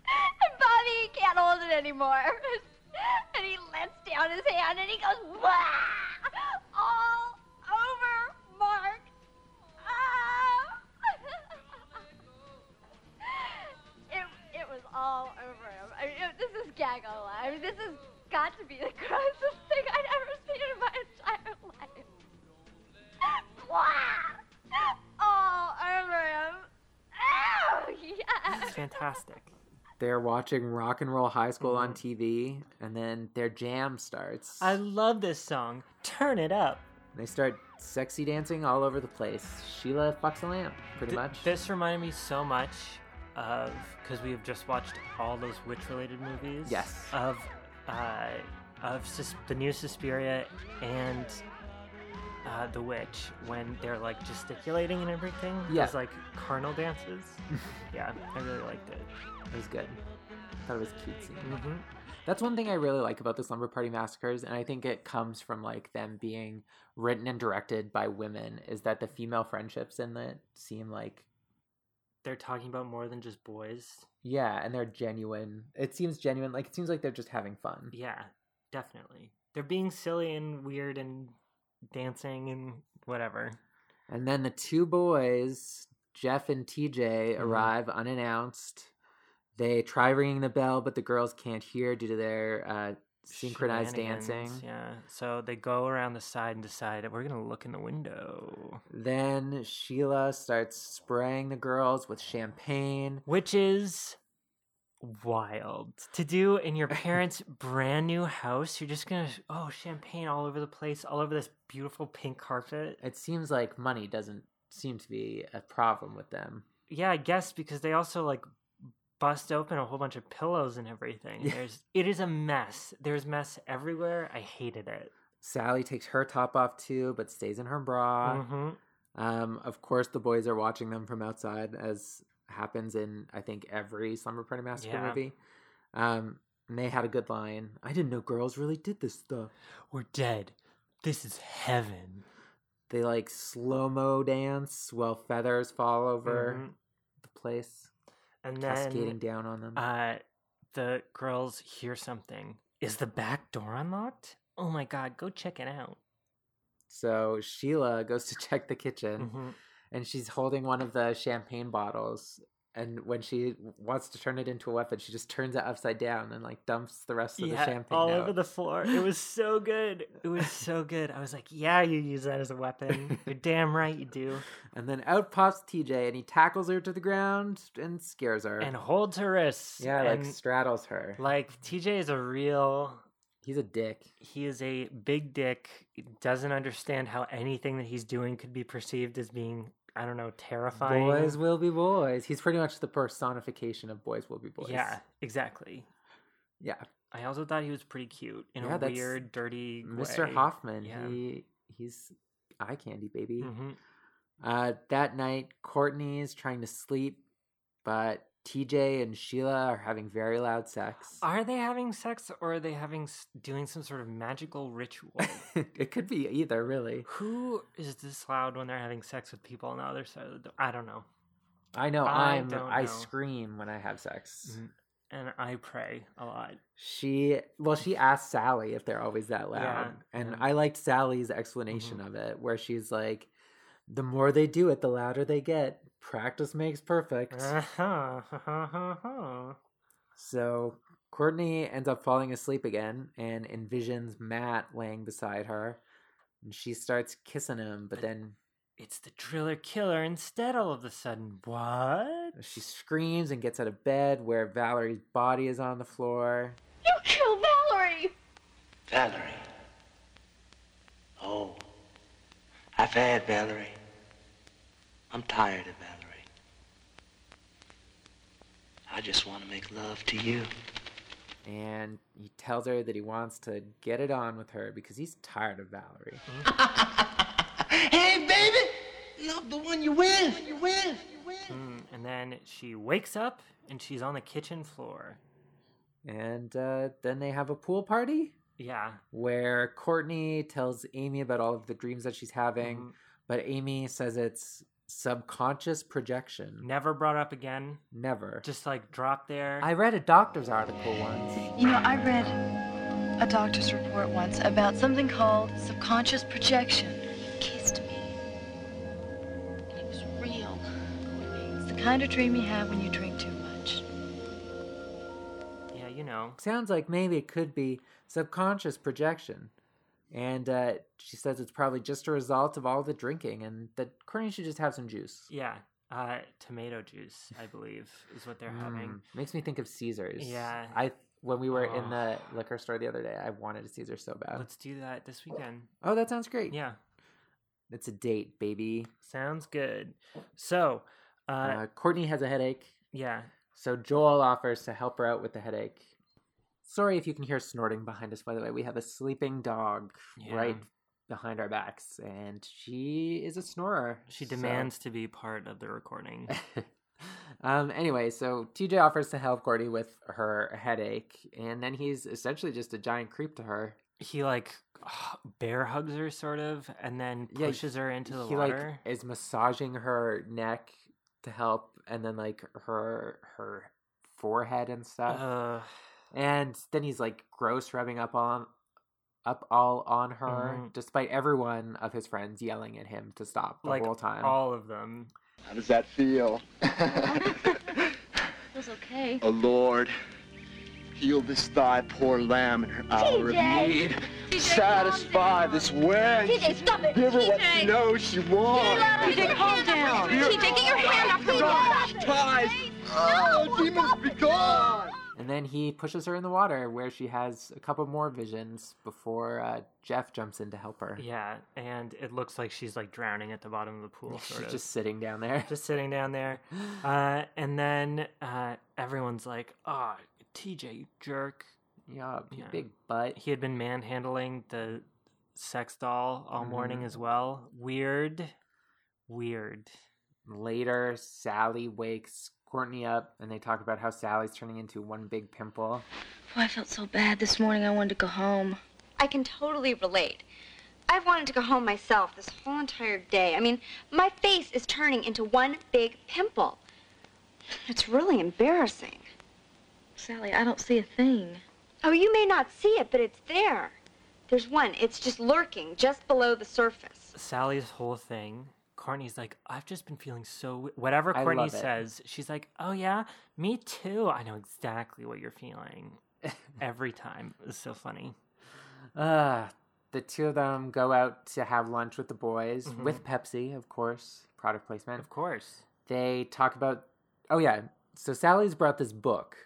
Speaker 2: And Bobby can't hold it anymore. And he lets down his hand and he goes, Wah! All over Mark. Ah!
Speaker 11: I mean, this has got to be the grossest thing I'd ever seen in my entire life. Blah! All over him. Oh, yes.
Speaker 8: Fantastic.
Speaker 9: They're watching Rock and Roll High School on TV, and then their jam starts.
Speaker 8: Mm-hmm. I love this song. Turn it up.
Speaker 9: They start sexy dancing all over the place. Sheila fucks a lamp, pretty
Speaker 8: Th-
Speaker 9: much.
Speaker 8: This reminded me so much of because we have just watched all those witch-related movies.
Speaker 9: Yes.
Speaker 8: Of, uh, of Sus- the new Suspiria and uh, the Witch when they're like gesticulating and everything.
Speaker 9: Yeah.
Speaker 8: Those like carnal dances. yeah, I really liked it.
Speaker 9: It was good. I thought it was cutesy.
Speaker 8: Mhm.
Speaker 9: That's one thing I really like about the Slumber Party Massacres, and I think it comes from like them being written and directed by women, is that the female friendships in it seem like
Speaker 8: They're talking about more than just boys.
Speaker 9: yeah, and they're genuine. It seems genuine, like it seems like they're just having fun.
Speaker 8: Yeah, definitely. They're being silly and weird and dancing and whatever.
Speaker 9: And then the two boys, Jeff and TJ,
Speaker 8: Mm-hmm.
Speaker 9: arrive unannounced. They try ringing the bell, but the girls can't hear due to their uh, synchronized dancing.
Speaker 8: Shenanigans, Yeah. So they go around the side and decide that we're going to look in the window,
Speaker 9: Then Sheila starts spraying the girls with champagne.
Speaker 8: which is wild to do in your parents' brand new house. You're just going to, oh, champagne all over the place, all over this beautiful pink carpet.
Speaker 9: It seems like money doesn't seem to be a problem with them.
Speaker 8: Yeah, I guess because they also like bust open a whole bunch of pillows and everything.
Speaker 9: Yeah.
Speaker 8: There's it is a mess. There's mess everywhere. I hated it.
Speaker 9: Sally takes her top off too, but stays in her bra.
Speaker 8: hmm
Speaker 9: Um, of course, the boys are watching them from outside, as happens in I think every Slumber Party Massacre
Speaker 8: Yeah.
Speaker 9: movie. Um, and they had a good line. I didn't know girls really did this stuff.
Speaker 8: We're dead. This is heaven.
Speaker 9: They like slow mo dance while feathers fall over
Speaker 8: Mhm.
Speaker 9: the place,
Speaker 8: And
Speaker 9: cascading
Speaker 8: then
Speaker 9: down on them.
Speaker 8: uh, the girls hear something. Is the back door unlocked? Oh my god, go check it out.
Speaker 9: so Sheila goes to check the kitchen.
Speaker 8: Mhm.
Speaker 9: and she's holding one of the champagne bottles. And when she wants to turn it into a weapon, she just turns it upside down and like dumps the rest of the
Speaker 8: Yeah,
Speaker 9: champagne
Speaker 8: all
Speaker 9: out.
Speaker 8: over the floor. It was so good. It was so good. I was like, yeah, you use that as a weapon. You're damn right you do.
Speaker 9: And then out pops TJ and he tackles her to the ground and scares her.
Speaker 8: And holds her wrists.
Speaker 9: yeah, like
Speaker 8: and,
Speaker 9: straddles her.
Speaker 8: like TJ is a real
Speaker 9: He's a dick.
Speaker 8: he is a big dick doesn't understand how anything that he's doing could be perceived as being i don't know terrifying
Speaker 9: Boys will be boys. He's pretty much the personification of boys will be boys.
Speaker 8: yeah exactly
Speaker 9: Yeah.
Speaker 8: i also thought he was pretty cute in
Speaker 9: Yeah,
Speaker 8: a
Speaker 9: that's
Speaker 8: weird dirty
Speaker 9: Mr.
Speaker 8: way.
Speaker 9: Hoffman,
Speaker 8: Yeah.
Speaker 9: he he's eye candy, baby.
Speaker 8: Mhm.
Speaker 9: Uh, that night, Courtney is trying to sleep, but TJ and Sheila are having very loud sex.
Speaker 8: are they having sex or are they having s- doing some sort of magical ritual
Speaker 9: it could be either, really.
Speaker 8: who is this loud when they're having sex with people on the other side of the door i don't know
Speaker 9: I know
Speaker 8: I
Speaker 9: I am
Speaker 8: don't
Speaker 9: I
Speaker 8: know.
Speaker 9: scream when I have sex.
Speaker 8: Mm. and i pray a lot
Speaker 9: She well, she asked Sally if they're always that loud, and
Speaker 8: yeah. Mm-hmm.
Speaker 9: I liked Sally's explanation of it, where she's like, "The more they do it, the louder they get. Practice makes perfect."
Speaker 8: Eh.
Speaker 9: So Courtney ends up falling asleep again and envisions Matt laying beside her. And she starts kissing him, but then
Speaker 8: it's the driller killer instead all of a sudden. What?
Speaker 9: she screams and gets out of bed where Valerie's body is on the floor.
Speaker 2: You killed Valerie!
Speaker 3: Valerie. Oh, I've had Valerie. I'm tired of Valerie. I just want to make love to you.
Speaker 9: And he tells her that he wants to get it on with her because he's tired of Valerie.
Speaker 3: Hey, baby! Love the one you with. You with.
Speaker 8: Mm, And then she wakes up and she's on the kitchen floor.
Speaker 9: And uh, then they have a pool party
Speaker 8: Yeah.
Speaker 9: where Courtney tells Amy about all of the dreams that she's having,
Speaker 8: Mhm.
Speaker 9: but Amy says it's subconscious projection.
Speaker 8: Never brought up again.
Speaker 9: Never.
Speaker 8: Just like dropped there.
Speaker 9: I read a doctor's article once.
Speaker 4: You know, I read a doctor's report once about something called subconscious projection.
Speaker 11: He kissed me. And it was real.
Speaker 4: It's the kind of dream you have when you drink too much.
Speaker 8: yeah, you know.
Speaker 9: sounds like maybe it could be subconscious projection. And uh, she says it's probably just a result of all the drinking and that Courtney should just have some juice.
Speaker 8: Yeah. Uh, tomato juice, I believe, is what they're having.
Speaker 9: Mm, makes me think of Caesars.
Speaker 8: Yeah.
Speaker 9: I when we were in
Speaker 8: Oh.
Speaker 9: the liquor store the other day, I wanted a Caesar so bad.
Speaker 8: Let's do that this weekend.
Speaker 9: Oh, that sounds great.
Speaker 8: Yeah.
Speaker 9: It's a date, baby.
Speaker 8: Sounds good. So, uh,
Speaker 9: Uh, Courtney has a headache.
Speaker 8: yeah.
Speaker 9: So Joel offers to help her out with the headache. Sorry if you can hear snorting behind us, by the way. We have a sleeping dog
Speaker 8: Yeah.
Speaker 9: right behind our backs, and she is a snorer.
Speaker 8: She
Speaker 9: so-
Speaker 8: demands to be part of the recording.
Speaker 9: um, anyway, so TJ offers to help Courtney with her headache, and then he's essentially just a giant creep to her.
Speaker 8: he like bear hugs her sort of and then
Speaker 9: Yeah,
Speaker 8: pushes her into the
Speaker 9: he
Speaker 8: water.
Speaker 9: like is massaging her neck to help, and then like her her forehead and stuff.
Speaker 8: Ugh.
Speaker 9: and then he's like gross rubbing up on up all on her
Speaker 8: Mhm.
Speaker 9: despite every one of his friends yelling at him to stop the
Speaker 8: like
Speaker 9: whole time
Speaker 8: all of them.
Speaker 10: How does that feel?
Speaker 11: Feels okay.
Speaker 10: oh Lord, heal this thy poor lamb in her hour
Speaker 11: TJ.
Speaker 10: of need. Satisfy this wench.
Speaker 11: TJ, stop it.
Speaker 10: Give her what
Speaker 11: TJ.
Speaker 10: she knows she wants.
Speaker 11: TJ, calm down. TJ, get your hand off her.
Speaker 10: Gosh, ties. Oh, demons be gone.
Speaker 9: and then he pushes her in the water where she has a couple more visions before uh, jeff jumps in to help her
Speaker 8: Yeah, and it looks like she's like drowning at the bottom of the pool
Speaker 9: she's
Speaker 8: sort of.
Speaker 9: just sitting down there
Speaker 8: just sitting down there. Uh, and then uh, everyone's like, "Ah, TJ, you jerk."
Speaker 9: yeah, you
Speaker 8: Yeah.
Speaker 9: big butt
Speaker 8: He had been manhandling the sex doll all morning as well. Weird. Weird.
Speaker 9: later sally wakes courtney up and they talk about how sally's turning into one big pimple
Speaker 4: Oh, I felt so bad this morning. I wanted to go home.
Speaker 11: I can totally relate. I've wanted to go home myself this whole entire day. I mean, my face is turning into one big pimple. It's really embarrassing.
Speaker 4: Sally, I don't see a thing.
Speaker 11: Oh, you may not see it, but it's there. There's one. It's just lurking just below the surface.
Speaker 8: Sally's whole thing. Courtney's like, I've just been feeling so. w-" Whatever
Speaker 9: I
Speaker 8: Courtney
Speaker 9: love it.
Speaker 8: says, she's like, oh yeah, me too. I know exactly what you're feeling every time. It's so funny.
Speaker 9: Uh, the two of them go out to have lunch with the boys, with
Speaker 8: Mm-hmm.
Speaker 9: Pepsi, of course, product placement.
Speaker 8: Of course.
Speaker 9: They talk about, oh, yeah. So Sally's brought this book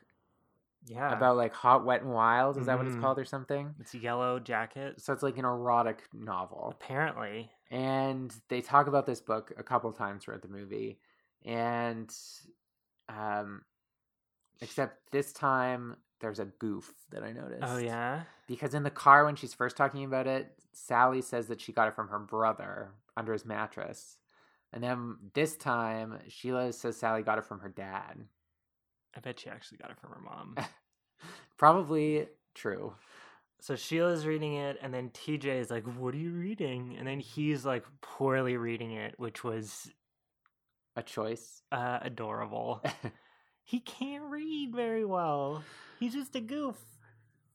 Speaker 8: Yeah.
Speaker 9: about like hot, wet, and wild. Is that what it's
Speaker 8: Mhm.
Speaker 9: called or something?
Speaker 8: it's yellow jacket.
Speaker 9: So it's like an erotic novel.
Speaker 8: Apparently.
Speaker 9: And they talk about this book a couple times throughout the movie. And, um, except this time there's a goof that I noticed.
Speaker 8: Oh yeah.
Speaker 9: Because in the car, when she's first talking about it, Sally says that she got it from her brother under his mattress. And then this time, Sheila says Sally got it from her dad.
Speaker 8: I bet she actually got it from her mom.
Speaker 9: Probably true.
Speaker 8: so Sheila's reading it, and then TJ is like, "What are you reading?" And then he's like, poorly reading it, which was
Speaker 9: A choice.
Speaker 8: uh, adorable. he can't read very well. He's just a goof.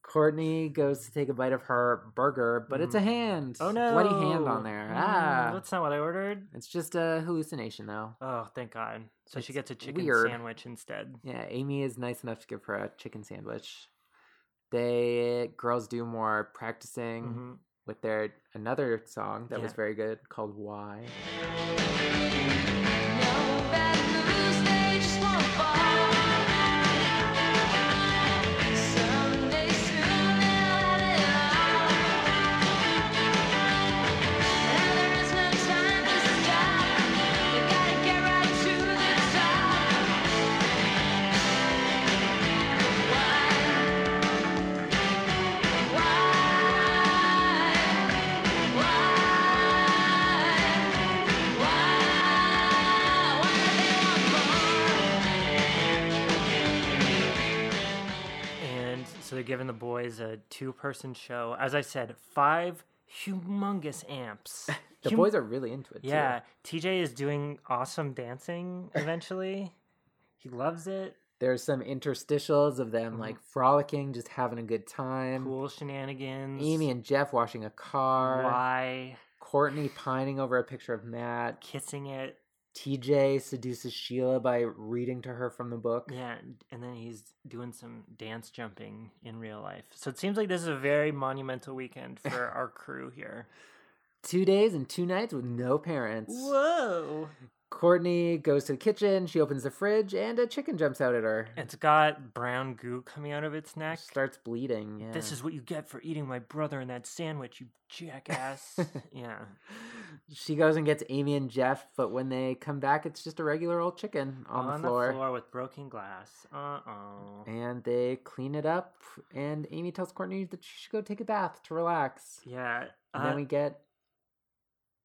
Speaker 9: Courtney goes to take a bite of her burger, but it's a
Speaker 8: Mm.
Speaker 9: hand.
Speaker 8: Oh no!
Speaker 9: Bloody hand on there.
Speaker 8: Mm,
Speaker 9: Ah.
Speaker 8: that's not what I ordered.
Speaker 9: It's just a hallucination, though.
Speaker 8: Oh, thank God! So she
Speaker 9: It's
Speaker 8: gets a chicken
Speaker 9: weird.
Speaker 8: sandwich instead.
Speaker 9: Yeah, Amy is nice enough to give her a chicken sandwich. They girls do more practicing.
Speaker 8: Mhm.
Speaker 9: with their another song that was
Speaker 8: Yeah.
Speaker 9: very good called Why.
Speaker 8: And so they're giving the boys a two-person show. As I said, five humongous amps.
Speaker 9: The
Speaker 8: Hum-
Speaker 9: boys are really into it. too.
Speaker 8: Yeah, TJ is doing awesome dancing. Eventually, he loves it.
Speaker 9: There's some interstitials of them like frolicking, just having a good time.
Speaker 8: Mm-hmm. Cool shenanigans.
Speaker 9: Amy and Jeff washing a car.
Speaker 8: why
Speaker 9: Courtney pining over a picture of Matt.
Speaker 8: kissing it?
Speaker 9: TJ seduces Sheila by reading to her from the book.
Speaker 8: Yeah, and then he's doing some dance jumping in real life. So it seems like this is a very monumental weekend for our crew here.
Speaker 9: Two days and two nights with no parents.
Speaker 8: Whoa.
Speaker 9: Courtney goes to the kitchen, she opens the fridge, and a chicken jumps out at her.
Speaker 8: It's got brown goo coming out of its neck.
Speaker 9: Starts bleeding. Yeah.
Speaker 8: This is what you get for eating my brother in that sandwich, you jackass. yeah.
Speaker 9: She goes and gets Amy and Jeff, but when they come back, it's just a regular old chicken on, the floor.
Speaker 8: with broken glass. Uh oh.
Speaker 9: And they clean it up, and Amy tells Courtney that she should go take a bath to relax.
Speaker 8: Yeah.
Speaker 9: And then
Speaker 8: uh,
Speaker 9: we get.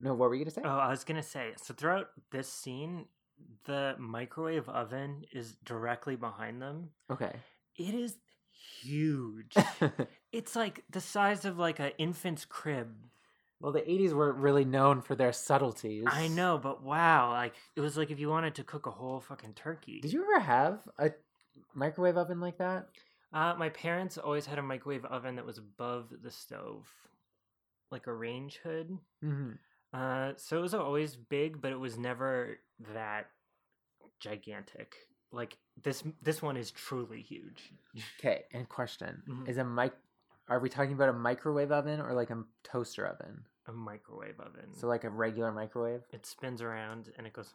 Speaker 9: No, what were you going to say?
Speaker 8: Oh, I was gonna say. So throughout this scene, the microwave oven is directly behind them.
Speaker 9: Okay.
Speaker 8: It is huge. it's like the size of like an infant's crib.
Speaker 9: Well, the 80s were really known for their subtleties.
Speaker 8: I know, but wow! Like it was like if you wanted to cook a whole fucking turkey.
Speaker 9: Did you ever have a microwave oven like that?
Speaker 8: Uh, my parents always had a microwave oven that was above the stove, like a range hood.
Speaker 9: Mm-hmm.
Speaker 8: Uh, so it was always big, but it was never that gigantic. Like this, this one is truly huge.
Speaker 9: Okay, and question
Speaker 8: Mhm.
Speaker 9: is a mic. Are we talking about a microwave oven or like a toaster oven?
Speaker 8: A microwave oven.
Speaker 9: So like a regular microwave.
Speaker 8: it spins around and it goes.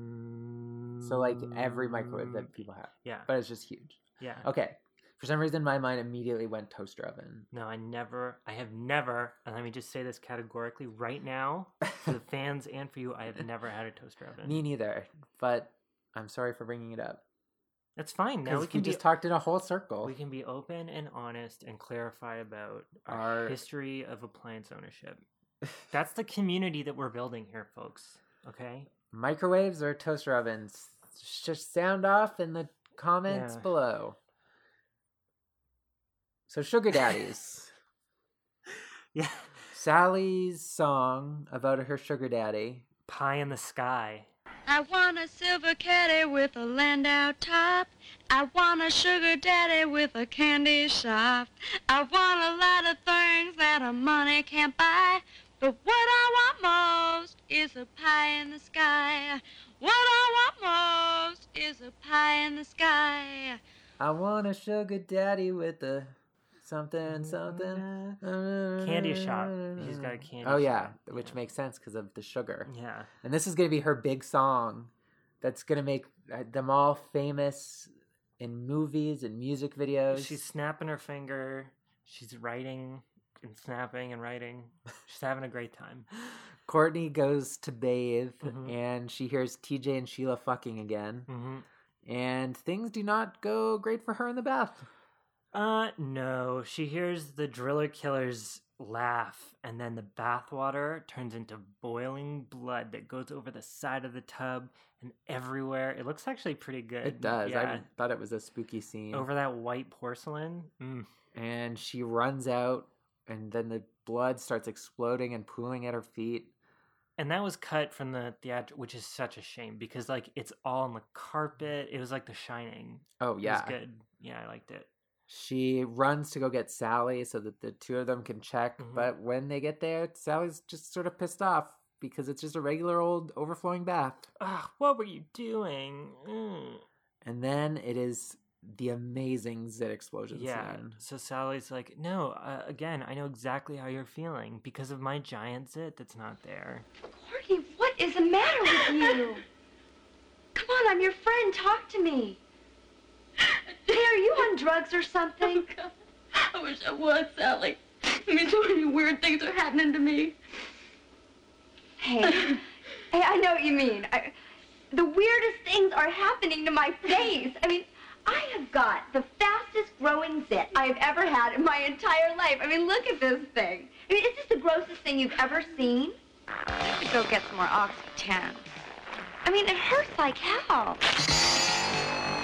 Speaker 8: Hmm.
Speaker 9: So like every microwave
Speaker 8: Mm.
Speaker 9: that people have,
Speaker 8: Yeah.
Speaker 9: but it's just huge.
Speaker 8: yeah.
Speaker 9: Okay, for some reason my mind immediately went toaster oven.
Speaker 8: No, I never. I have never. And let me just say this categorically right now, for the fans and for you. I have never had a toaster oven.
Speaker 9: Me neither, but I'm sorry for bringing it up.
Speaker 8: That's fine. Now
Speaker 9: Because
Speaker 8: we
Speaker 9: we,
Speaker 8: can
Speaker 9: just
Speaker 8: be,
Speaker 9: talked in a whole circle.
Speaker 8: We can be open and honest and clarify about our
Speaker 9: Our-
Speaker 8: history of appliance ownership. That's the community that we're building here, folks. Okay?
Speaker 9: Microwaves or toaster ovens? Just sound off in the comments
Speaker 8: Yeah.
Speaker 9: below. So sugar daddies.
Speaker 8: Yeah.
Speaker 9: Sally's song about her sugar daddy.
Speaker 8: Pie in the sky.
Speaker 11: I want a silver caddy with a landau top. I want a sugar daddy with a candy shop. I want a lot of things that a money can't buy. But what I want most is a pie in the sky. What I want most is a pie in the sky.
Speaker 9: I want a sugar daddy with a something something
Speaker 8: Mm-hmm. Candy shop. He's got a candy
Speaker 9: Oh yeah,
Speaker 8: shop.
Speaker 9: which makes sense because of the sugar.
Speaker 8: Yeah.
Speaker 9: And this is gonna be her big song, that's gonna make uh, them all famous in movies and music videos.
Speaker 8: She's snapping her finger. She's writing and snapping and writing. She's having a great time.
Speaker 9: Courtney goes to bathe
Speaker 8: Mhm.
Speaker 9: and she hears TJ and Sheila fucking again,
Speaker 8: hmm
Speaker 9: and things do not go great for her in the bath.
Speaker 8: Uh, no. She hears the driller killer's laugh, and then the bathwater turns into boiling blood that goes over the side of the tub and everywhere. It looks actually pretty good.
Speaker 9: It does.
Speaker 8: Yeah.
Speaker 9: I thought it was a spooky scene.
Speaker 8: Over that white porcelain. Mm.
Speaker 9: and she runs out and then the blood starts exploding and pooling at her feet
Speaker 8: And that was cut from the theater, which is such a shame because, like, it's all on the carpet. It was like The Shining.
Speaker 9: oh yeah
Speaker 8: It was good. Yeah, I liked it.
Speaker 9: she runs to go get sally so that the two of them can check
Speaker 8: Mhm.
Speaker 9: but when they get there sally's just sort of pissed off because it's just a regular old overflowing bath
Speaker 8: Ugh, what were you doing? Mm.
Speaker 9: and then it is the amazing zit explosion
Speaker 8: Yeah.
Speaker 9: scene
Speaker 8: So Sally's like, no, uh, again, I know exactly how you're feeling because of my giant zit that's not there.
Speaker 2: Courtney, what is the matter with you? Come on, I'm your friend. Talk to me. Hey, are you on drugs or something?
Speaker 6: Oh, I wish I was, Sally. I mean, so many weird things are happening to me.
Speaker 2: Hey, hey, I know what you mean. I, the weirdest things are happening to my face. I mean, I have got the fastest growing zit I have ever had in my entire life. I mean, look at this thing. I mean, is this the grossest thing you've ever seen?
Speaker 11: I could go get some more Oxytan. I mean, it hurts like hell.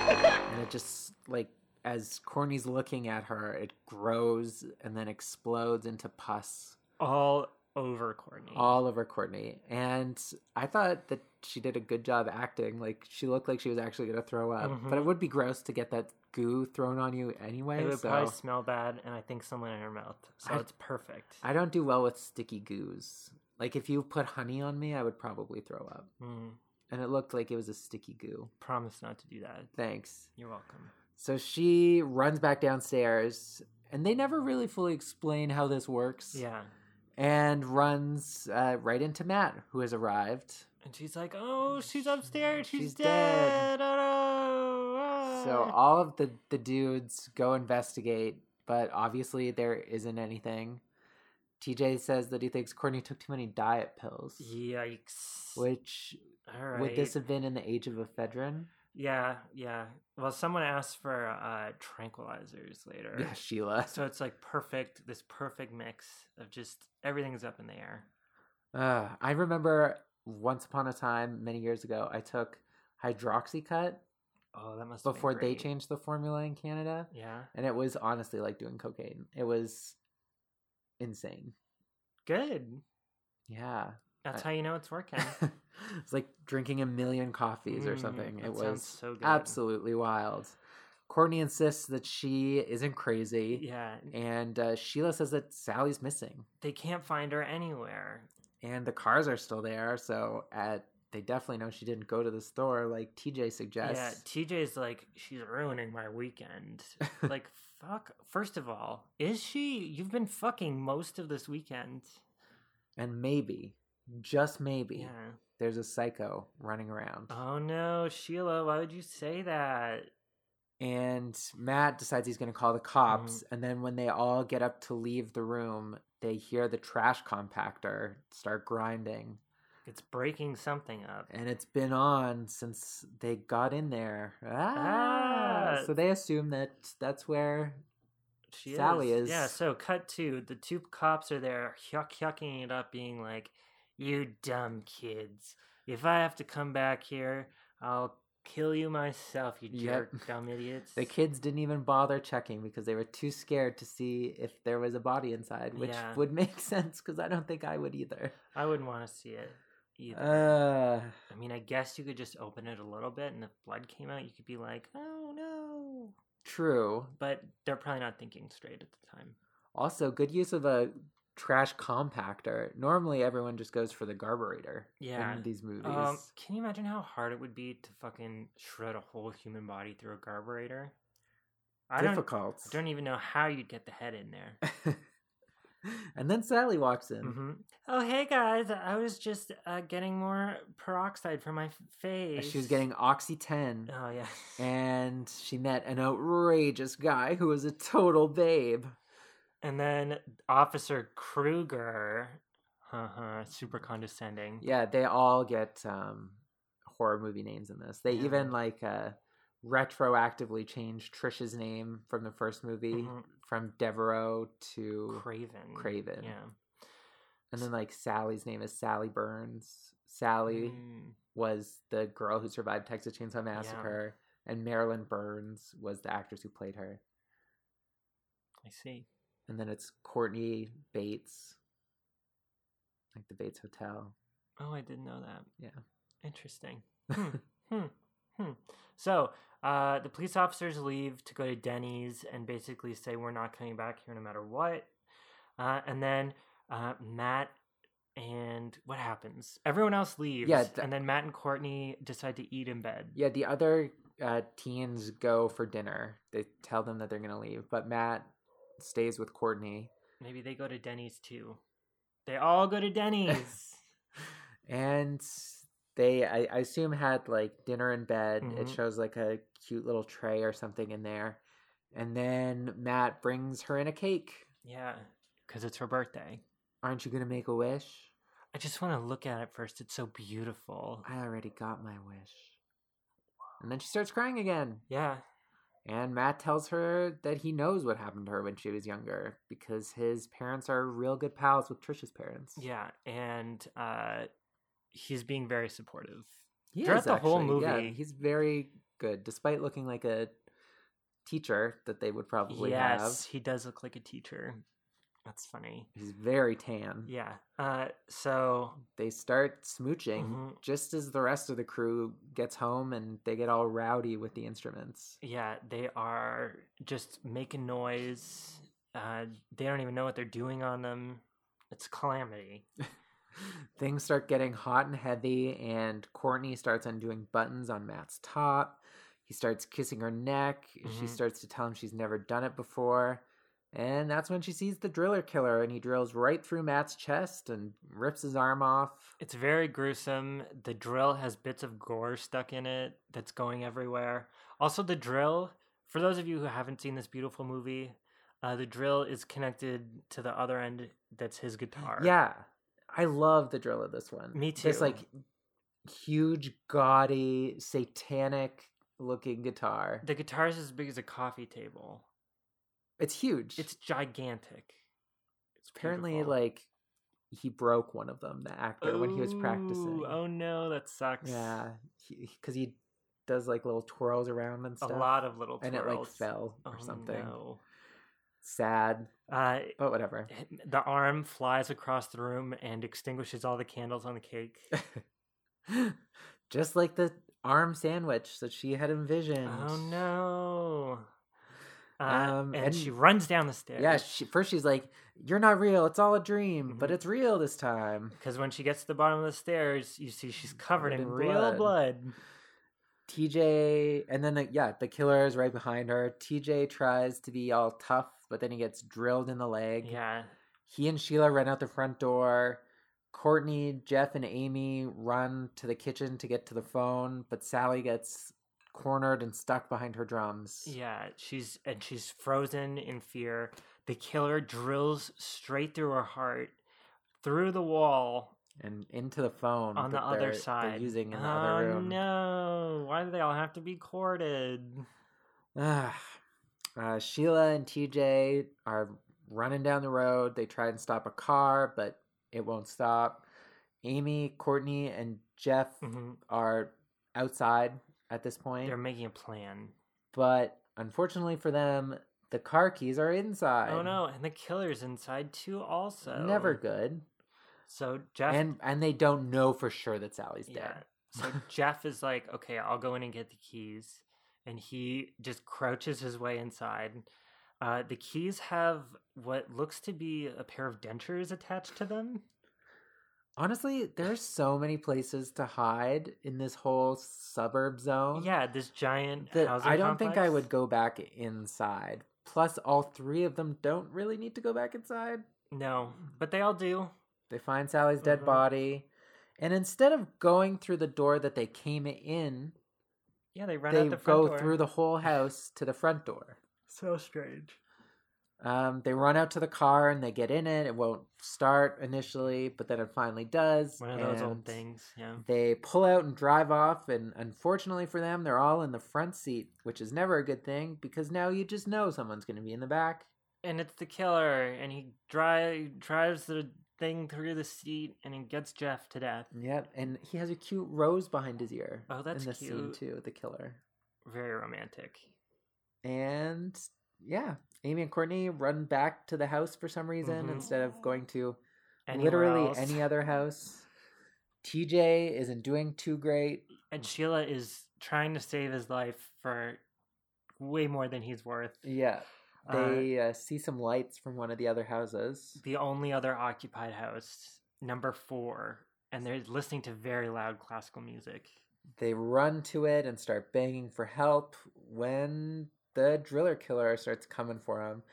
Speaker 9: and it just like as corny's looking at her it grows and then explodes into pus
Speaker 8: All over Courtney.
Speaker 9: all over Courtney. And I thought that she did a good job acting. Like she looked like she was actually going to throw up. But it
Speaker 8: Mhm.
Speaker 9: would be gross to get that goo thrown on you anyway.
Speaker 8: it would
Speaker 9: so
Speaker 8: probably smell bad, and I think someone in her mouth. So
Speaker 9: I-
Speaker 8: it's perfect.
Speaker 9: I don't do well with sticky goos. Like if you put honey on me, I would probably throw up.
Speaker 8: Mm.
Speaker 9: and it looked like it was a sticky goo.
Speaker 8: Promise not to do that.
Speaker 9: Thanks.
Speaker 8: You're welcome.
Speaker 9: So she runs back downstairs, and they never really fully explain how this works.
Speaker 8: Yeah.
Speaker 9: And runs uh, right into Matt, who has arrived.
Speaker 8: And she's like, "Oh, she's upstairs. She's,
Speaker 9: She's dead.
Speaker 8: dead. Oh, no.
Speaker 9: So all of the the dudes go investigate, but obviously there isn't anything. TJ says that he thinks Courtney took too many diet pills,
Speaker 8: Yikes!
Speaker 9: which
Speaker 8: All right.
Speaker 9: would this have been in the age of ephedrine?
Speaker 8: Yeah, yeah. Well, someone asked for uh, tranquilizers later.
Speaker 9: Yeah, Sheila.
Speaker 8: So it's like perfect. This perfect mix of just everything's up in the air.
Speaker 9: Uh, I remember once upon a time, many years ago, I took hydroxycut
Speaker 8: Oh, that must have been
Speaker 9: before they
Speaker 8: great.
Speaker 9: changed the formula in Canada,
Speaker 8: Yeah.
Speaker 9: and it was honestly like doing cocaine. It was insane.
Speaker 8: Good.
Speaker 9: Yeah,
Speaker 8: That's
Speaker 9: I-
Speaker 8: how you know it's working.
Speaker 9: it's like drinking a million coffees or something.
Speaker 8: Mm,
Speaker 9: It
Speaker 8: that sounds
Speaker 9: was
Speaker 8: so good.
Speaker 9: absolutely wild. Courtney insists that she isn't crazy,
Speaker 8: yeah.
Speaker 9: and uh, Sheila says that Sally's missing,
Speaker 8: They can't find her anywhere.
Speaker 9: and the cars are still there. So at they definitely know she didn't go to the store, like TJ suggests.
Speaker 8: Yeah, TJ's like, she's ruining my weekend. like, fuck. First of all, is she? You've been fucking most of this weekend.
Speaker 9: And maybe, just maybe,
Speaker 8: Yeah.
Speaker 9: there's a psycho running around.
Speaker 8: Oh no, Sheila, why would you say that?
Speaker 9: And Matt decides he's going to call the cops.
Speaker 8: Mm-hmm.
Speaker 9: And then when they all get up to leave the room, they hear the trash compactor start grinding.
Speaker 8: It's breaking something up.
Speaker 9: And it's been on since they got in there. Ah,
Speaker 8: Ah.
Speaker 9: So they assume that that's where
Speaker 8: She
Speaker 9: Sally is.
Speaker 8: Yeah, so cut to the two cops are there, yuck yucking it up, being like, You dumb kids. If I have to come back here, I'll kill you myself, you
Speaker 9: Yep.
Speaker 8: jerk, dumb idiots.
Speaker 9: the kids didn't even bother checking because they were too scared to see if there was a body inside, which
Speaker 8: Yeah.
Speaker 9: would make sense because I don't think I would either.
Speaker 8: I wouldn't want to see it either.
Speaker 9: Uh,
Speaker 8: I mean, I guess you could just open it a little bit, and if blood came out, you could be like, "Oh no!"
Speaker 9: true.
Speaker 8: But they're probably not thinking straight at the time.
Speaker 9: Also, good use of a trash compactor. Normally, everyone just goes for the carburetor
Speaker 8: Yeah.
Speaker 9: in these movies.
Speaker 8: Um, can you imagine how hard it would be to fucking shred a whole human body through a carburetor? I don't, I
Speaker 9: Difficult.
Speaker 8: don't even know how you'd get the head in there.
Speaker 9: and then Sally walks in. Uh,
Speaker 8: hmm Oh hey guys, I was just uh, getting more peroxide for my f- face.
Speaker 9: Uh, She was getting Oxy 10,
Speaker 8: Oh yeah.
Speaker 9: and she met an outrageous guy who was a total babe.
Speaker 8: And then Officer Kruger, uh-huh, super condescending.
Speaker 9: Yeah, they all get um, horror movie names in this. They
Speaker 8: Yeah.
Speaker 9: even like uh, retroactively changed Trisha's name from the first movie
Speaker 8: Mhm.
Speaker 9: from Devereaux to
Speaker 8: Craven.
Speaker 9: Craven.
Speaker 8: Yeah.
Speaker 9: And then like Sally's name is Sally Burns. Sally
Speaker 8: Mm,
Speaker 9: was the girl who survived Texas Chainsaw Massacre, and Marilyn Burns was the actress who played her.
Speaker 8: I see.
Speaker 9: And then it's Courtney Bates, like the Bates Hotel.
Speaker 8: Oh, I didn't know that.
Speaker 9: Yeah.
Speaker 8: Interesting. Hmm. hmm. Hmm. So, uh, the police officers leave to go to Denny's and basically say, We're not coming back here no matter what. Uh, and then uh, Matt and what happens? Everyone else leaves.
Speaker 9: Yeah, th-
Speaker 8: and then Matt and Courtney decide to eat in bed.
Speaker 9: Yeah, the other uh, teens go for dinner. They tell them that they're gonna leave, but Matt stays with Courtney,
Speaker 8: Maybe they go to Denny's too. They all go to Denny's.
Speaker 9: and they I, I assume had like dinner in bed. It
Speaker 8: Mhm.
Speaker 9: shows like a cute little tray or something in there, and then Matt brings her in a cake.
Speaker 8: yeah, because it's her birthday.
Speaker 9: Aren't you gonna make a wish?
Speaker 8: I just want to look at it first. It's so beautiful.
Speaker 9: I already got my wish. And then she starts crying again.
Speaker 8: Yeah.
Speaker 9: And Matt tells her that he knows what happened to her when she was younger because his parents are real good pals with Trisha's parents.
Speaker 8: Yeah, and uh, he's being very supportive.
Speaker 9: He
Speaker 8: Throughout
Speaker 9: is,
Speaker 8: the whole
Speaker 9: actually. Yeah,
Speaker 8: movie.
Speaker 9: he's very good, despite looking like a teacher that they would probably
Speaker 8: yes, he does look like a teacher. That's funny.
Speaker 9: have. He's very tan.
Speaker 8: Yeah. Uh, so
Speaker 9: They start smooching
Speaker 8: Mhm.
Speaker 9: just as the rest of the crew gets home and they get all rowdy with the instruments.
Speaker 8: yeah, they are just making noise. Uh, they don't even know what they're doing on them. It's calamity.
Speaker 9: Things start getting hot and heavy, and Courtney starts undoing buttons on Matt's top. He starts kissing her neck. She
Speaker 8: Mhm.
Speaker 9: starts to tell him she's never done it before. And that's when she sees the driller killer, and he drills right through Matt's chest and rips his arm off.
Speaker 8: It's very gruesome. The drill has bits of gore stuck in it that's going everywhere. Also, the drill, for those of you who haven't seen this beautiful movie, uh, the drill is connected to the other end that's his guitar.
Speaker 9: Yeah. I love the drill of this one.
Speaker 8: Me
Speaker 9: This
Speaker 8: too.
Speaker 9: like huge, gaudy, satanic looking guitar.
Speaker 8: The guitar is as big as a coffee table,
Speaker 9: It's huge.
Speaker 8: it's gigantic. It's
Speaker 9: apparently
Speaker 8: beautiful.
Speaker 9: like he broke one of them, the actor, when he was practicing.
Speaker 8: Ooh, Oh no, that sucks.
Speaker 9: Yeah, because he, does like little twirls around and
Speaker 8: A
Speaker 9: stuff.
Speaker 8: lot of little
Speaker 9: and it like
Speaker 8: twirls.
Speaker 9: fell or
Speaker 8: Oh,
Speaker 9: something.
Speaker 8: no.
Speaker 9: Sad,
Speaker 8: Uh,
Speaker 9: but whatever.
Speaker 8: the arm flies across the room and extinguishes all the candles on the cake.
Speaker 9: Just like the arm sandwich that she had envisioned.
Speaker 8: Oh no. Uh,
Speaker 9: Um,
Speaker 8: and,
Speaker 9: and-
Speaker 8: she runs down the stairs.
Speaker 9: Yeah, she, first she's like, "You're not real. It's all a dream,
Speaker 8: Mm-hmm.
Speaker 9: but it's real this time."
Speaker 8: Because when she gets to the bottom of the stairs, you see she's covered in,
Speaker 9: Mm, in
Speaker 8: real
Speaker 9: blood.
Speaker 8: blood.
Speaker 9: TJ, and then the, yeah, the killer is right behind her. TJ tries to be all tough, but then he gets drilled in the leg.
Speaker 8: Yeah.
Speaker 9: He and Sheila run out the front door. Courtney, Jeff, and Amy run to the kitchen to get to the phone, but Sally gets cornered and stuck behind her drums.
Speaker 8: Yeah, she's and she's frozen in fear. The killer drills straight through her heart, through the wall
Speaker 9: And into the phone
Speaker 8: on the
Speaker 9: that
Speaker 8: other
Speaker 9: they're- they're
Speaker 8: side.
Speaker 9: using in the
Speaker 8: oh,
Speaker 9: other room.
Speaker 8: no! Why do they all have to be corded?
Speaker 9: Ah, uh, Sheila and TJ are running down the road. They try and stop a car, but it won't stop. Amy, Courtney, and Jeff
Speaker 8: Mhm.
Speaker 9: are outside at this point,
Speaker 8: They're making a plan.
Speaker 9: but unfortunately for them, the car keys are inside.
Speaker 8: Oh no! And the killer's inside too. Also,
Speaker 9: Never good.
Speaker 8: So Jeff
Speaker 9: And and they don't know for sure that Sally's
Speaker 8: Yeah.
Speaker 9: dead.
Speaker 8: So Jeff is like, okay, I'll go in and get the keys. And he just crouches his way inside. Uh, the keys have what looks to be a pair of dentures attached to them.
Speaker 9: Honestly, there's so many places to hide in this whole suburb zone.
Speaker 8: Yeah, this giant
Speaker 9: that
Speaker 8: housing
Speaker 9: Oh. I don't think I
Speaker 8: complex.
Speaker 9: would go back inside. Plus, all three of them don't really need to go back inside.
Speaker 8: No, but they all do.
Speaker 9: They find Sally's dead
Speaker 8: Mhm.
Speaker 9: body, and instead of going through the door that they came in,
Speaker 8: Yeah, they run
Speaker 9: they
Speaker 8: out the front
Speaker 9: go
Speaker 8: door.
Speaker 9: through the whole house to the front door.
Speaker 8: So strange.
Speaker 9: Um, they run out to the car and they get in it. It won't start initially, but then it finally does.
Speaker 8: One of those old
Speaker 9: and
Speaker 8: things. Yeah.
Speaker 9: They pull out and drive off, and unfortunately for them, they're all in the front seat, which is never a good thing because now you just know someone's going to be in the back.
Speaker 8: And it's the killer, and he dri- drives the thing through the seat, and he gets Jeff to death.
Speaker 9: Yep, and he has a cute rose behind his ear.
Speaker 8: Oh, that's
Speaker 9: in this scene
Speaker 8: cute.
Speaker 9: too. The killer
Speaker 8: Very romantic.
Speaker 9: and yeah, Amy and Courtney run back to the house for some reason
Speaker 8: Mhm.
Speaker 9: instead of going to
Speaker 8: Anywhere
Speaker 9: literally
Speaker 8: else.
Speaker 9: any other house. TJ isn't doing too great.
Speaker 8: and Sheila is trying to save his life for way more than he's worth.
Speaker 9: Yeah,
Speaker 8: Uh,
Speaker 9: they uh, see some lights from one of the other houses.
Speaker 8: The only other occupied house, number four, and they're listening to very loud classical music.
Speaker 9: They run to it and start banging for help when the driller killer starts coming for him.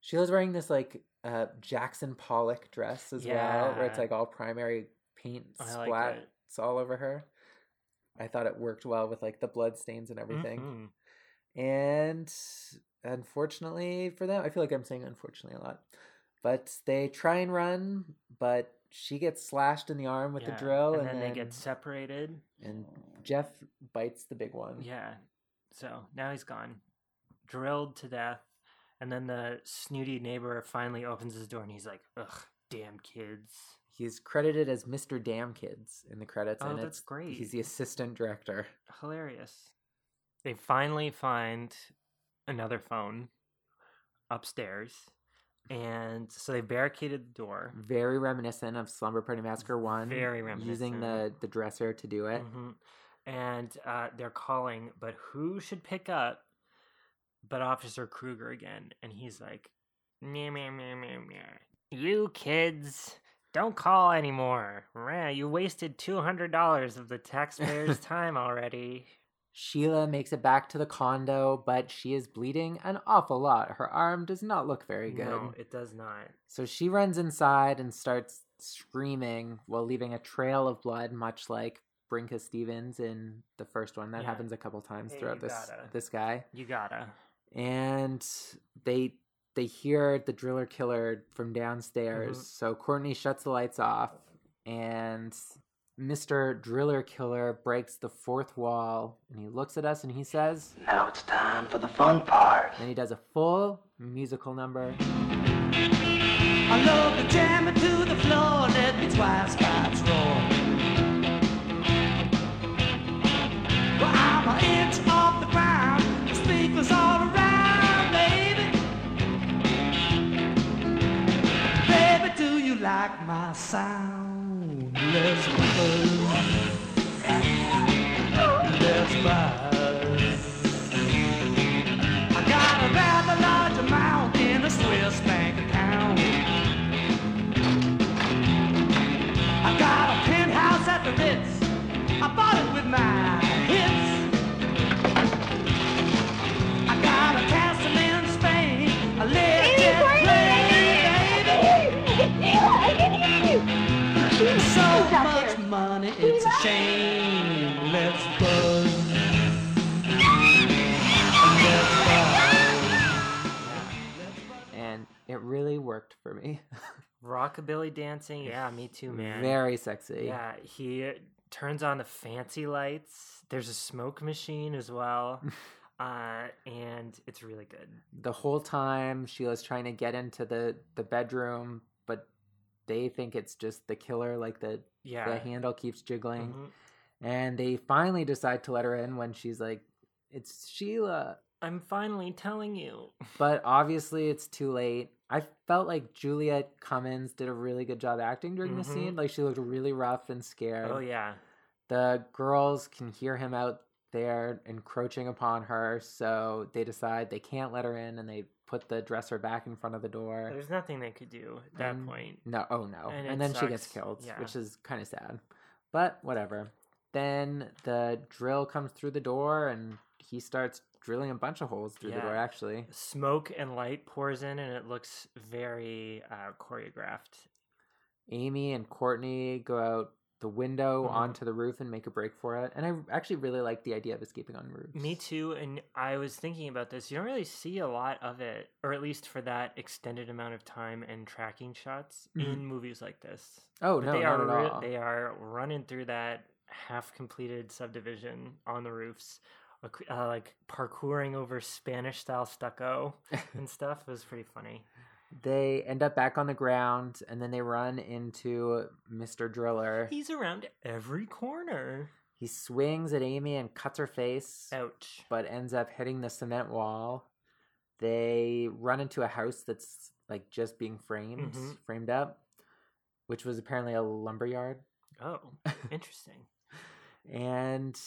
Speaker 9: Sheila's wearing this like uh, Jackson Pollock dress as well, where it's
Speaker 8: Yeah.
Speaker 9: like all primary paint
Speaker 8: I
Speaker 9: splats
Speaker 8: like it.
Speaker 9: all over her. I thought it worked well with like the blood stains and everything.
Speaker 8: Mhm.
Speaker 9: And unfortunately for them, I feel like I'm saying unfortunately a lot, but they try and run, but she gets slashed in the arm with
Speaker 8: Yeah,
Speaker 9: the drill,
Speaker 8: and, then, they get separated.
Speaker 9: and Jeff bites the big one.
Speaker 8: Um, Yeah, so now he's gone, drilled to death, and then the snooty neighbor finally opens his door, and he's like, "Ugh, damn kids."
Speaker 9: He's credited as Mr. Damn Kids in the credits,
Speaker 8: Oh,
Speaker 9: and
Speaker 8: that's
Speaker 9: it's
Speaker 8: great.
Speaker 9: He's the assistant director.
Speaker 8: hilarious. They finally find another phone upstairs, and so they barricaded the door.
Speaker 9: Very reminiscent of Slumber Party Massacre One.
Speaker 8: Very
Speaker 9: Using the
Speaker 8: reminiscent.
Speaker 9: the dresser to do it.
Speaker 8: Mhm. And uh, they're calling, but who should pick up but Officer Kruger again? And he's like, meh, meh, meh, meh, meh. You kids, Don't call anymore. Rah, you wasted $200 of the taxpayers' time already.
Speaker 9: Sheila makes it back to the condo, but she is bleeding an awful lot. Her arm does not look very good.
Speaker 8: No, it does not.
Speaker 9: So she runs inside and starts screaming while leaving a trail of blood, much like Brinka Stevens in the first one. That
Speaker 8: Yeah.
Speaker 9: happens a couple times
Speaker 8: Hey,
Speaker 9: throughout
Speaker 8: you
Speaker 9: this
Speaker 8: gotta.
Speaker 9: this guy.
Speaker 8: You gotta.
Speaker 9: And they they hear the driller killer from downstairs.
Speaker 8: Mhm.
Speaker 9: So Courtney shuts the lights off and Mr. Driller Killer breaks the fourth wall and he looks at us and he says,
Speaker 3: Now it's time for the fun part.
Speaker 9: Then he does a full musical number.
Speaker 7: I love to jam it to the floor, let me twice pipes roar. Well, I'm an inch off the ground, the speakers all around, baby. Baby, do you like my sound? Let's buzz. Let's buzz. I got a rather large amount in a Swiss bank account. I got a penthouse at the Ritz. I bought it with my hits. I got a castle in Spain. I live in baby. So much money, it's a shame. Let's buzz.
Speaker 9: And it really worked for me.
Speaker 8: Rockabilly dancing. Yeah, me too, man.
Speaker 9: Very sexy.
Speaker 8: Yeah, he turns on the fancy lights. There's a smoke machine as well. uh, and it's really good.
Speaker 9: The whole time Sheila's trying to get into the, the bedroom, but they think it's just the killer, like the
Speaker 8: Yeah.
Speaker 9: the handle keeps jiggling.
Speaker 8: Mhm.
Speaker 9: And they finally decide to let her in when she's like, It's Sheila.
Speaker 8: I'm finally telling you.
Speaker 9: But obviously it's too late. I felt like Juliet Cummins did a really good job acting during the
Speaker 8: Mhm.
Speaker 9: scene. Like she looked really rough and scared.
Speaker 8: Oh, yeah.
Speaker 9: the girls can hear him out there encroaching upon her, so they decide they can't let her in and they put the dresser back in front of the door.
Speaker 8: There's nothing they could do at that
Speaker 9: And-
Speaker 8: point.
Speaker 9: No, oh no.
Speaker 8: And
Speaker 9: And,
Speaker 8: it
Speaker 9: then she gets
Speaker 8: sucks.
Speaker 9: killed,
Speaker 8: Yeah.
Speaker 9: which is kind of sad. But whatever. Then the drill comes through the door and he starts drilling a bunch of holes through the
Speaker 8: Yeah.
Speaker 9: door, actually.
Speaker 8: Smoke and light pours in, and it looks very uh, choreographed.
Speaker 9: Amy and Courtney go out the window
Speaker 8: Mhm.
Speaker 9: onto the roof and make a break for it. And I actually really like the idea of escaping on roofs.
Speaker 8: Me too. And I was thinking about this. You don't really see a lot of it, or at least for that extended amount of time and tracking shots
Speaker 9: Mhm.
Speaker 8: in movies like this.
Speaker 9: Oh, no,
Speaker 8: they
Speaker 9: not
Speaker 8: are
Speaker 9: at
Speaker 8: re-
Speaker 9: all.
Speaker 8: they are running through that half completed subdivision on the roofs, ac- uh, like parkouring over Spanish style stucco and stuff. It was pretty funny.
Speaker 9: They end up back on the ground and then they run into Mr. Driller.
Speaker 8: He's around every corner.
Speaker 9: He swings at Amy and cuts her face,
Speaker 8: Ouch.
Speaker 9: but ends up hitting the cement wall. They run into a house that's like just being framed,
Speaker 8: Mhm.
Speaker 9: framed up, which was apparently a lumberyard.
Speaker 8: Oh, interesting.
Speaker 9: And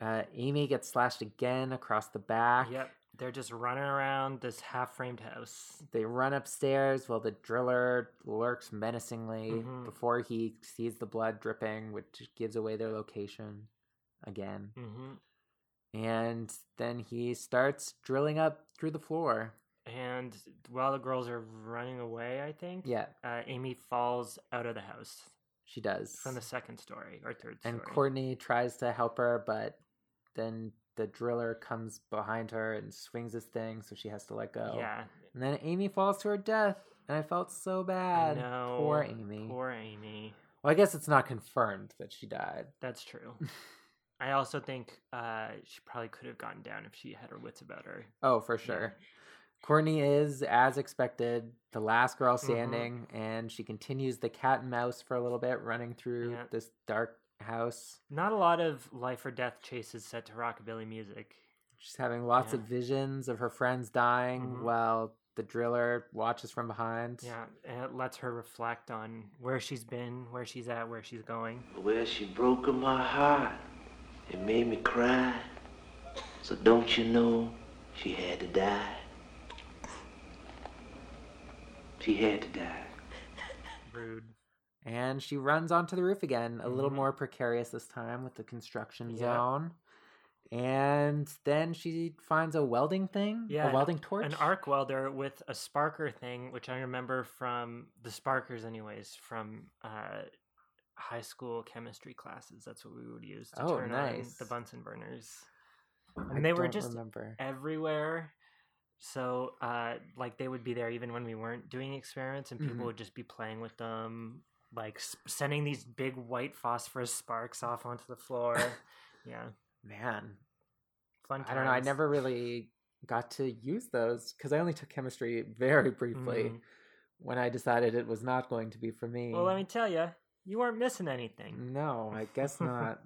Speaker 9: uh, Amy gets slashed again across the back.
Speaker 8: yep. They're just running around this half framed house.
Speaker 9: They run upstairs while the driller lurks menacingly
Speaker 8: Mhm.
Speaker 9: before he sees the blood dripping, which gives away their location again.
Speaker 8: hmm
Speaker 9: And then he starts drilling up through the floor.
Speaker 8: And while the girls are running away, I think,
Speaker 9: Yeah,
Speaker 8: uh, Amy falls out of the house
Speaker 9: she does.
Speaker 8: from the second story or third story.
Speaker 9: and Courtney tries to help her, but then the driller comes behind her and swings his thing, so she has to let go.
Speaker 8: Yeah.
Speaker 9: And then Amy falls to her death, and I felt so
Speaker 8: I
Speaker 9: bad.
Speaker 8: know.
Speaker 9: Uh, Poor Amy.
Speaker 8: Poor Amy.
Speaker 9: Well, I guess it's not confirmed that she died.
Speaker 8: That's true. I also think uh, she probably could have gotten down if she had her wits about her.
Speaker 9: Oh, for sure. Courtney is, as expected, the last girl
Speaker 8: Mhm.
Speaker 9: standing, and she continues the cat and mouse for a little bit, running through
Speaker 8: Yeah.
Speaker 9: this dark house.
Speaker 8: Not a lot of life or death chases set to rockabilly music.
Speaker 9: She's having lots
Speaker 8: Yeah.
Speaker 9: of visions of her friends dying
Speaker 8: Mhm.
Speaker 9: while the driller watches from behind.
Speaker 8: Yeah, and it lets her reflect on where she's been, where she's at, where she's going.
Speaker 3: Well, she broke my heart. It made me cry. So don't you know she had to die? She had to die.
Speaker 8: Rude.
Speaker 9: And she runs onto the roof again, a little more precarious this time with the construction
Speaker 8: Mm-hmm. Yeah.
Speaker 9: zone. And then she finds a welding thing,
Speaker 8: Yeah,
Speaker 9: a
Speaker 8: an-
Speaker 9: welding torch.
Speaker 8: an arc welder with a sparker thing, which I remember from the sparkers, anyways, from uh, high school chemistry classes. That's what we would use to
Speaker 9: Oh,
Speaker 8: turn on
Speaker 9: nice.
Speaker 8: the Bunsen burners,
Speaker 9: I
Speaker 8: and they were
Speaker 9: don't
Speaker 8: just
Speaker 9: remember.
Speaker 8: everywhere. So, uh, like, they would be there even when we weren't doing experiments, and people
Speaker 9: Mhm.
Speaker 8: would just be playing with them, like s- sending these big white phosphorus sparks off onto the floor. yeah,
Speaker 9: Man,
Speaker 8: fun.
Speaker 9: I don't know. I
Speaker 8: times.
Speaker 9: never really got to use those because I only took chemistry very briefly
Speaker 8: Mhm.
Speaker 9: when I decided it was not going to be for me.
Speaker 8: Well, let me tell you, you weren't missing anything.
Speaker 9: no, I guess not.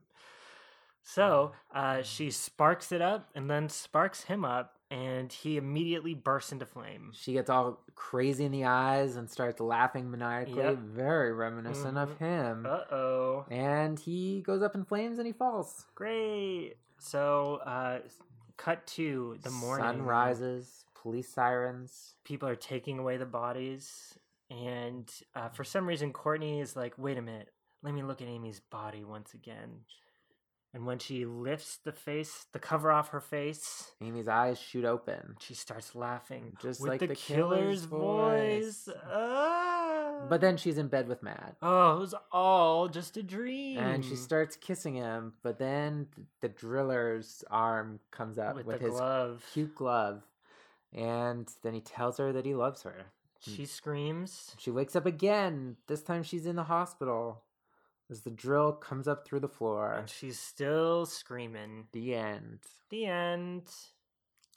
Speaker 8: So uh, she sparks it up and then sparks him up, and he immediately bursts into flame.
Speaker 9: she gets all crazy in the eyes and starts laughing maniacally,
Speaker 8: Yep.
Speaker 9: very reminiscent
Speaker 8: Mhm.
Speaker 9: of him.
Speaker 8: Uh oh.
Speaker 9: And he goes up in flames and he falls.
Speaker 8: Great. So, uh, cut to the morning.
Speaker 9: Sun rises, police sirens.
Speaker 8: People are taking away the bodies, and uh, for some reason, Courtney is like, wait a minute, let me look at Amy's body once again. And when she lifts the face, the cover off her face,
Speaker 9: Amy's eyes shoot open,
Speaker 8: she starts laughing.
Speaker 9: just
Speaker 8: with
Speaker 9: like
Speaker 8: the, killer's, voice. Ah.
Speaker 9: But then she's in bed with Matt.
Speaker 8: Oh, it was all just a dream.
Speaker 9: and she starts kissing him but then th- the driller's arm comes up
Speaker 8: With
Speaker 9: with,
Speaker 8: the
Speaker 9: his
Speaker 8: glove.
Speaker 9: cute glove and then he tells her that he loves her
Speaker 8: She screams.
Speaker 9: she wakes up again this time she's in the hospital as the drill comes up through the floor
Speaker 8: And she's still screaming.
Speaker 9: the end
Speaker 8: The end.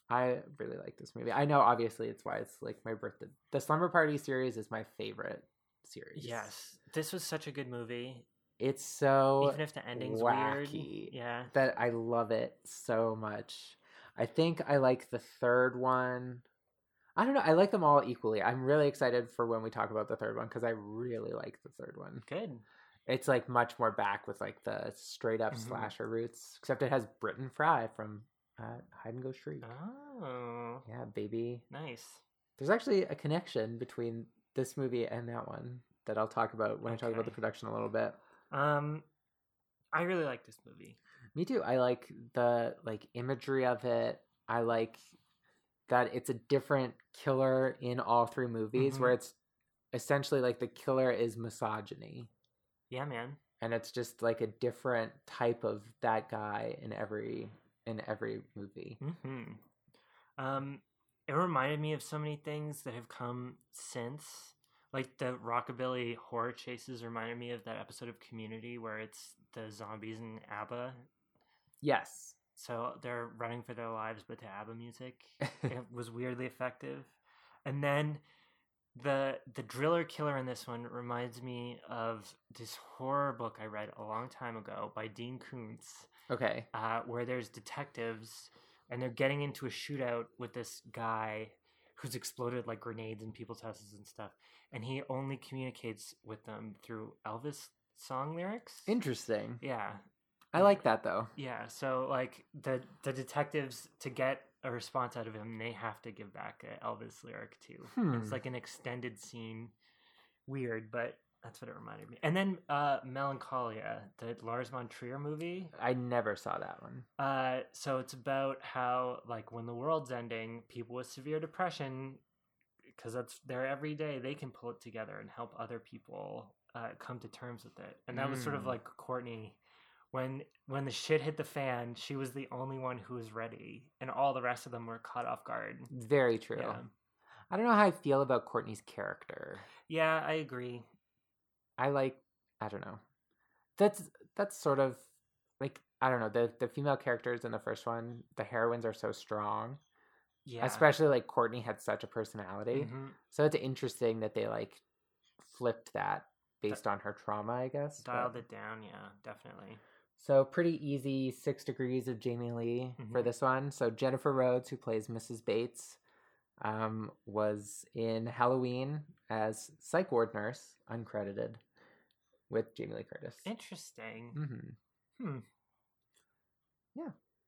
Speaker 9: i really like this movie i know obviously it's why it's like my birthday the slumber party series is my favorite series
Speaker 8: Yes, this was such a good movie.
Speaker 9: it's so
Speaker 8: Even if the ending's
Speaker 9: wacky.
Speaker 8: weird. Yeah.
Speaker 9: that I love it so much. I think I like the third one. I don't know. I like them all equally. I'm really excited for when we talk about the third one because I really like the third one.
Speaker 8: Good.
Speaker 9: It's like much more back with like the straight up
Speaker 8: Mhm.
Speaker 9: slasher roots, except it has Britton Fry from uh, Hide and Go Shriek.
Speaker 8: Oh,
Speaker 9: Yeah, baby.
Speaker 8: nice.
Speaker 9: There's actually a connection between this movie and that one that I'll talk about when I talk about the
Speaker 8: Okay.
Speaker 9: production a little bit.
Speaker 8: Um, I really like this movie.
Speaker 9: Me too. I like the like imagery of it. I like that it's a different killer in all three movies where
Speaker 8: Mm-hmm.
Speaker 9: it's essentially like the killer is misogyny
Speaker 8: Yeah, man.
Speaker 9: and it's just like a different type of that guy in every in every movie.
Speaker 8: Hmm. Um, it reminded me of so many things that have come since. Like the rockabilly horror chases reminded me of that episode of Community where it's the zombies and ABBA.
Speaker 9: Yes.
Speaker 8: So they're running for their lives, but to ABBA music, it was weirdly effective. And then the the driller killer in this one reminds me of this horror book I read a long time ago by Dean Koontz
Speaker 9: Okay.
Speaker 8: uh, where there's detectives and they're getting into a shootout with this guy who's exploded like grenades in people's houses and stuff and he only communicates with them through elvis song lyrics
Speaker 9: Interesting.
Speaker 8: yeah
Speaker 9: I like that though.
Speaker 8: yeah so like the the detectives to get a response out of him they have to give back a elvis lyric too it's
Speaker 9: Hmm.
Speaker 8: like an extended scene weird but that's what it reminded me and then uh melancholia the lars von trier movie
Speaker 9: I never saw that one.
Speaker 8: uh, so it's about how like when the world's ending, people with severe depression, because that's their everyday, they can pull it together and help other people uh, come to terms with it. And that was sort of
Speaker 9: Mm.
Speaker 8: like Courtney. When when the shit hit the fan, she was the only one who was ready, and all the rest of them were caught off guard.
Speaker 9: Very true.
Speaker 8: Yeah.
Speaker 9: I don't know how I feel about Courtney's character.
Speaker 8: Yeah, I agree.
Speaker 9: I like I don't know. That's that's sort of like I don't know, the the female characters in the first one, the heroines are so strong.
Speaker 8: Yeah,
Speaker 9: Especially like Courtney had such a personality.
Speaker 8: Mhm.
Speaker 9: So it's interesting that they like flipped that based on her trauma, I guess. but-
Speaker 8: dialed it down. Yeah, definitely.
Speaker 9: So pretty easy six degrees of Jamie Lee for
Speaker 8: Mhm.
Speaker 9: this one. So Jennifer Rhodes, who plays Mrs. Bates, um, was in Halloween as psych ward nurse, uncredited, with Jamie Lee Curtis.
Speaker 8: Interesting.
Speaker 9: Mhm.
Speaker 8: Hmm.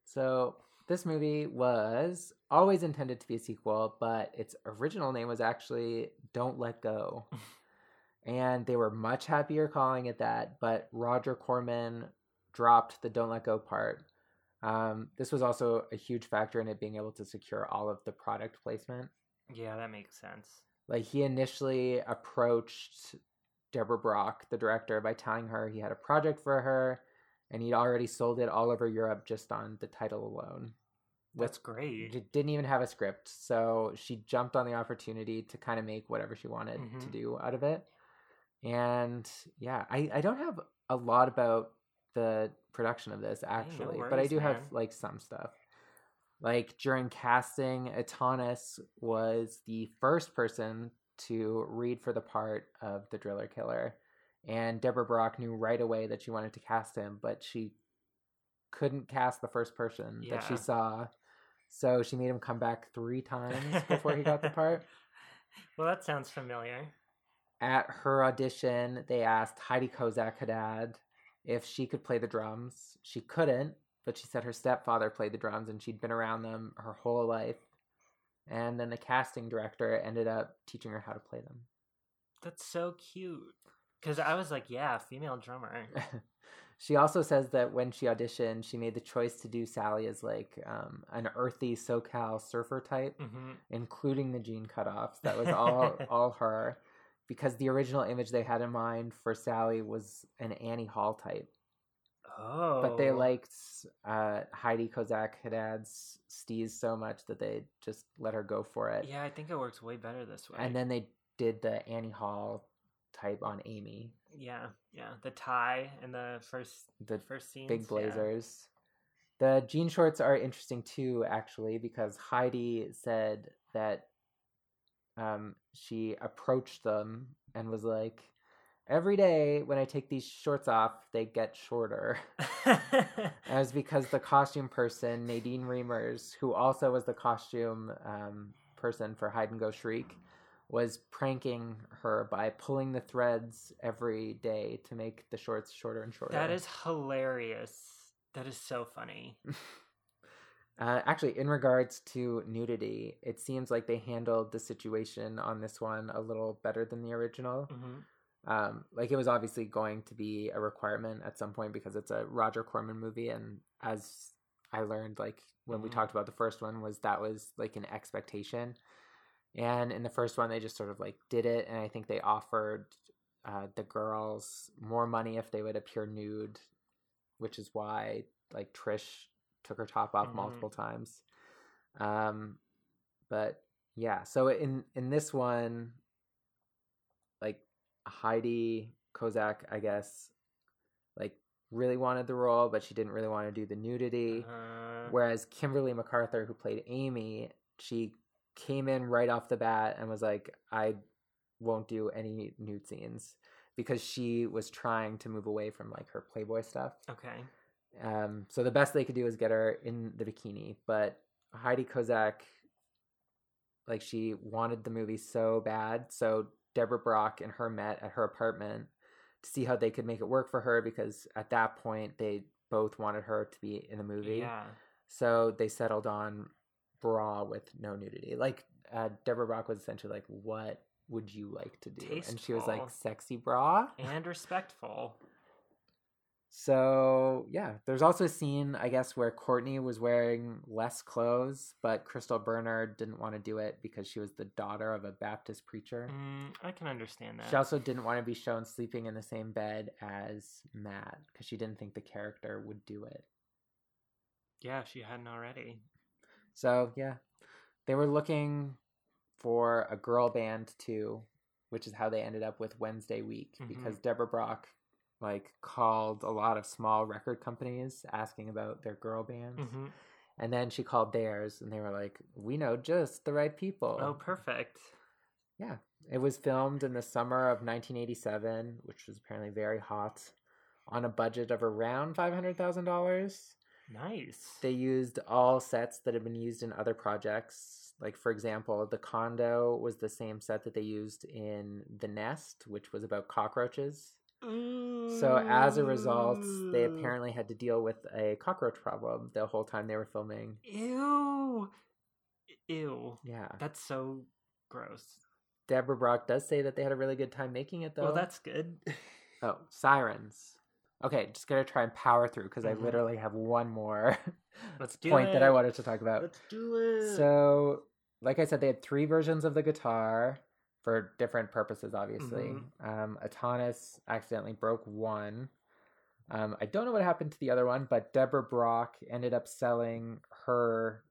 Speaker 9: So this movie was always intended to be a sequel, but its original name was actually Don't Let Go. and they were much happier calling it that. But Roger Corman dropped the "Don't Let Go" part. Um, this was also a huge factor in it being able to secure all of the product placement.
Speaker 8: Yeah, that makes sense.
Speaker 9: Like he initially approached Deborah Brock, the director, by telling her he had a project for her, and he'd already sold it all over Europe just on the title alone.
Speaker 8: That's great.
Speaker 9: It didn't even have a script, so she jumped on the opportunity to kind of make whatever she wanted to
Speaker 8: Mhm.
Speaker 9: do out of it. And yeah, I, I don't have a lot about the production of this actually, but I
Speaker 8: worries,
Speaker 9: do have
Speaker 8: man.
Speaker 9: like some stuff. Like during casting, Atanas was the first person to read for the part of the driller killer. And Deborah Brock knew right away that she wanted to cast him, but she couldn't cast the first person that she
Speaker 8: Yeah.
Speaker 9: saw. So she made him come back three times before he got the part.
Speaker 8: Well, that sounds familiar.
Speaker 9: At her audition, they asked Heidi Kozak Haddad if she could play the drums. She couldn't, but she said her stepfather played the drums and she'd been around them her whole life. And then the casting director ended up teaching her how to play them.
Speaker 8: That's so cute. Because I was like, yeah, female drummer.
Speaker 9: She also says that when she auditioned, she made the choice to do Sally as like um, an earthy SoCal surfer type,
Speaker 8: Mhm.
Speaker 9: including the jean cutoffs. That was all all her, because the original image they had in mind for Sally was an Annie Hall type.
Speaker 8: Oh.
Speaker 9: But they liked uh, Heidi Kozak Haddad's steez so much that they just let her go for it.
Speaker 8: Yeah, I think it works way better this way.
Speaker 9: And then they did the Annie Hall type on Amy.
Speaker 8: Yeah, yeah. The tie and the first
Speaker 9: the
Speaker 8: first scenes.
Speaker 9: big
Speaker 8: yeah.
Speaker 9: blazers. The jean shorts are interesting too, actually, because Heidi said that um, she approached them and was like, "Every day when I take these shorts off, they get shorter." That was because the costume person Nadine Reimers, who also was the costume um, person for Hide and Go Shriek, was pranking her by pulling the threads every day to make the shorts shorter and shorter.
Speaker 8: That is hilarious. That is so funny.
Speaker 9: Uh, actually, in regards to nudity, it seems like they handled the situation on this one a little better than the original.
Speaker 8: Mhm.
Speaker 9: Um, like it was obviously going to be a requirement at some point because it's a Roger Corman movie, and as I learned, like when we
Speaker 8: Mhm.
Speaker 9: talked about the first one, was that was like an expectation. And in the first one, they just sort of like did it, and I think they offered uh, the girls more money if they would appear nude, which is why like Trish took her top off
Speaker 8: Mhm.
Speaker 9: multiple times. Um, but yeah, so in in this one, like Heidi Kozak, I guess, like really wanted the role, but she didn't really want to do the nudity.
Speaker 8: Uh,
Speaker 9: Whereas Kimberly MacArthur, who played Amy, she came in right off the bat and was like, I won't do any nude scenes because she was trying to move away from like her Playboy stuff.
Speaker 8: okay.
Speaker 9: Um, so the best they could do was get her in the bikini. But Heidi Kozak, like she wanted the movie so bad. So Deborah Brock and her met at her apartment to see how they could make it work for her because at that point they both wanted her to be in the movie.
Speaker 8: Yeah.
Speaker 9: So they settled on bra with no nudity. Like uh, Deborah Brock was essentially like, "What would you like to do?" And she was like,
Speaker 8: Tasteful.
Speaker 9: "Sexy bra."
Speaker 8: And respectful.
Speaker 9: So yeah, there's also a scene I guess where Courtney was wearing less clothes, but Crystal Bernard didn't want to do it because she was the daughter of a Baptist preacher.
Speaker 8: Mm, I can understand that.
Speaker 9: She also didn't want to be shown sleeping in the same bed as Matt because she didn't think the character would do it.
Speaker 8: Yeah, she hadn't already.
Speaker 9: So yeah, they were looking for a girl band too, which is how they ended up with Wednesday Week because Deborah Brock like called a lot of small record companies asking about their girl bands.
Speaker 8: Mhm.
Speaker 9: And then she called theirs and they were like, "We know just the right people."
Speaker 8: Oh, perfect.
Speaker 9: Yeah. It was filmed in the summer of 1987, which was apparently very hot, on a budget of around $500,000.
Speaker 8: Nice.
Speaker 9: They used all sets that had been used in other projects. Like, for example, the condo was the same set that they used in The Nest, which was about cockroaches. So, as a result, they
Speaker 8: Mm.
Speaker 9: apparently had to deal with a cockroach problem the whole time they were filming.
Speaker 8: Ew. Ew.
Speaker 9: Yeah.
Speaker 8: That's so gross.
Speaker 9: Deborah Brock does say that they had a really good time making it, though.
Speaker 8: Well, that's good.
Speaker 9: Oh, sirens. Okay, just gonna try and power through because
Speaker 8: Mhm.
Speaker 9: I literally have one more
Speaker 8: Let's do
Speaker 9: point that I
Speaker 8: it.
Speaker 9: wanted to talk about.
Speaker 8: do it.
Speaker 9: So, like I said, they had three versions of the guitar for different purposes, obviously.
Speaker 8: Mhm.
Speaker 9: Um, Atanas accidentally broke one. Um, I don't know what happened to the other one, but Deborah Brock ended up selling her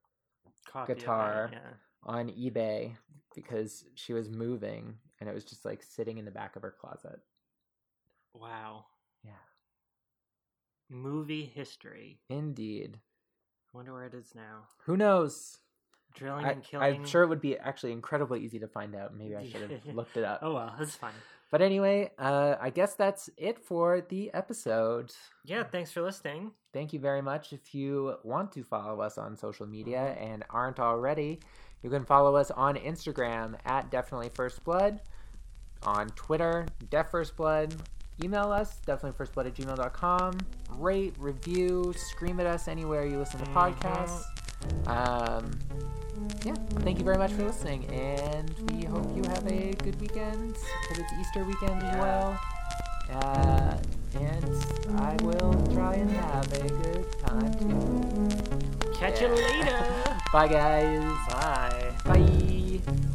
Speaker 8: Copy of it,
Speaker 9: guitar
Speaker 8: yeah.
Speaker 9: on eBay because she was moving and it was just like sitting in the back of her closet.
Speaker 8: Wow.
Speaker 9: Yeah.
Speaker 8: Movie history.
Speaker 9: Indeed.
Speaker 8: I wonder where it is now.
Speaker 9: Who knows?
Speaker 8: Drilling
Speaker 9: I,
Speaker 8: and killing.
Speaker 9: am sure it would be actually incredibly easy to find out. Maybe I
Speaker 8: Yeah,
Speaker 9: should have
Speaker 8: yeah.
Speaker 9: looked it up.
Speaker 8: Oh well, that's fine.
Speaker 9: But anyway, uh, I guess that's it for the episode.
Speaker 8: Yeah, thanks for listening.
Speaker 9: Thank you very much. If you want to follow us on social media and aren't already, you can follow us on Instagram at Definitely First Blood, on Twitter, Def First Blood. Email us, definitelyfirstblood at gmail.com. Rate, review, scream at us anywhere you listen to podcasts. Um, yeah, thank you very much for listening, and we hope you have a good weekend because it's Easter weekend as well. Uh, and I will try and have a good time too.
Speaker 8: Catch you
Speaker 9: Yeah.
Speaker 8: later.
Speaker 9: Bye, guys.
Speaker 8: Bye.
Speaker 9: Bye.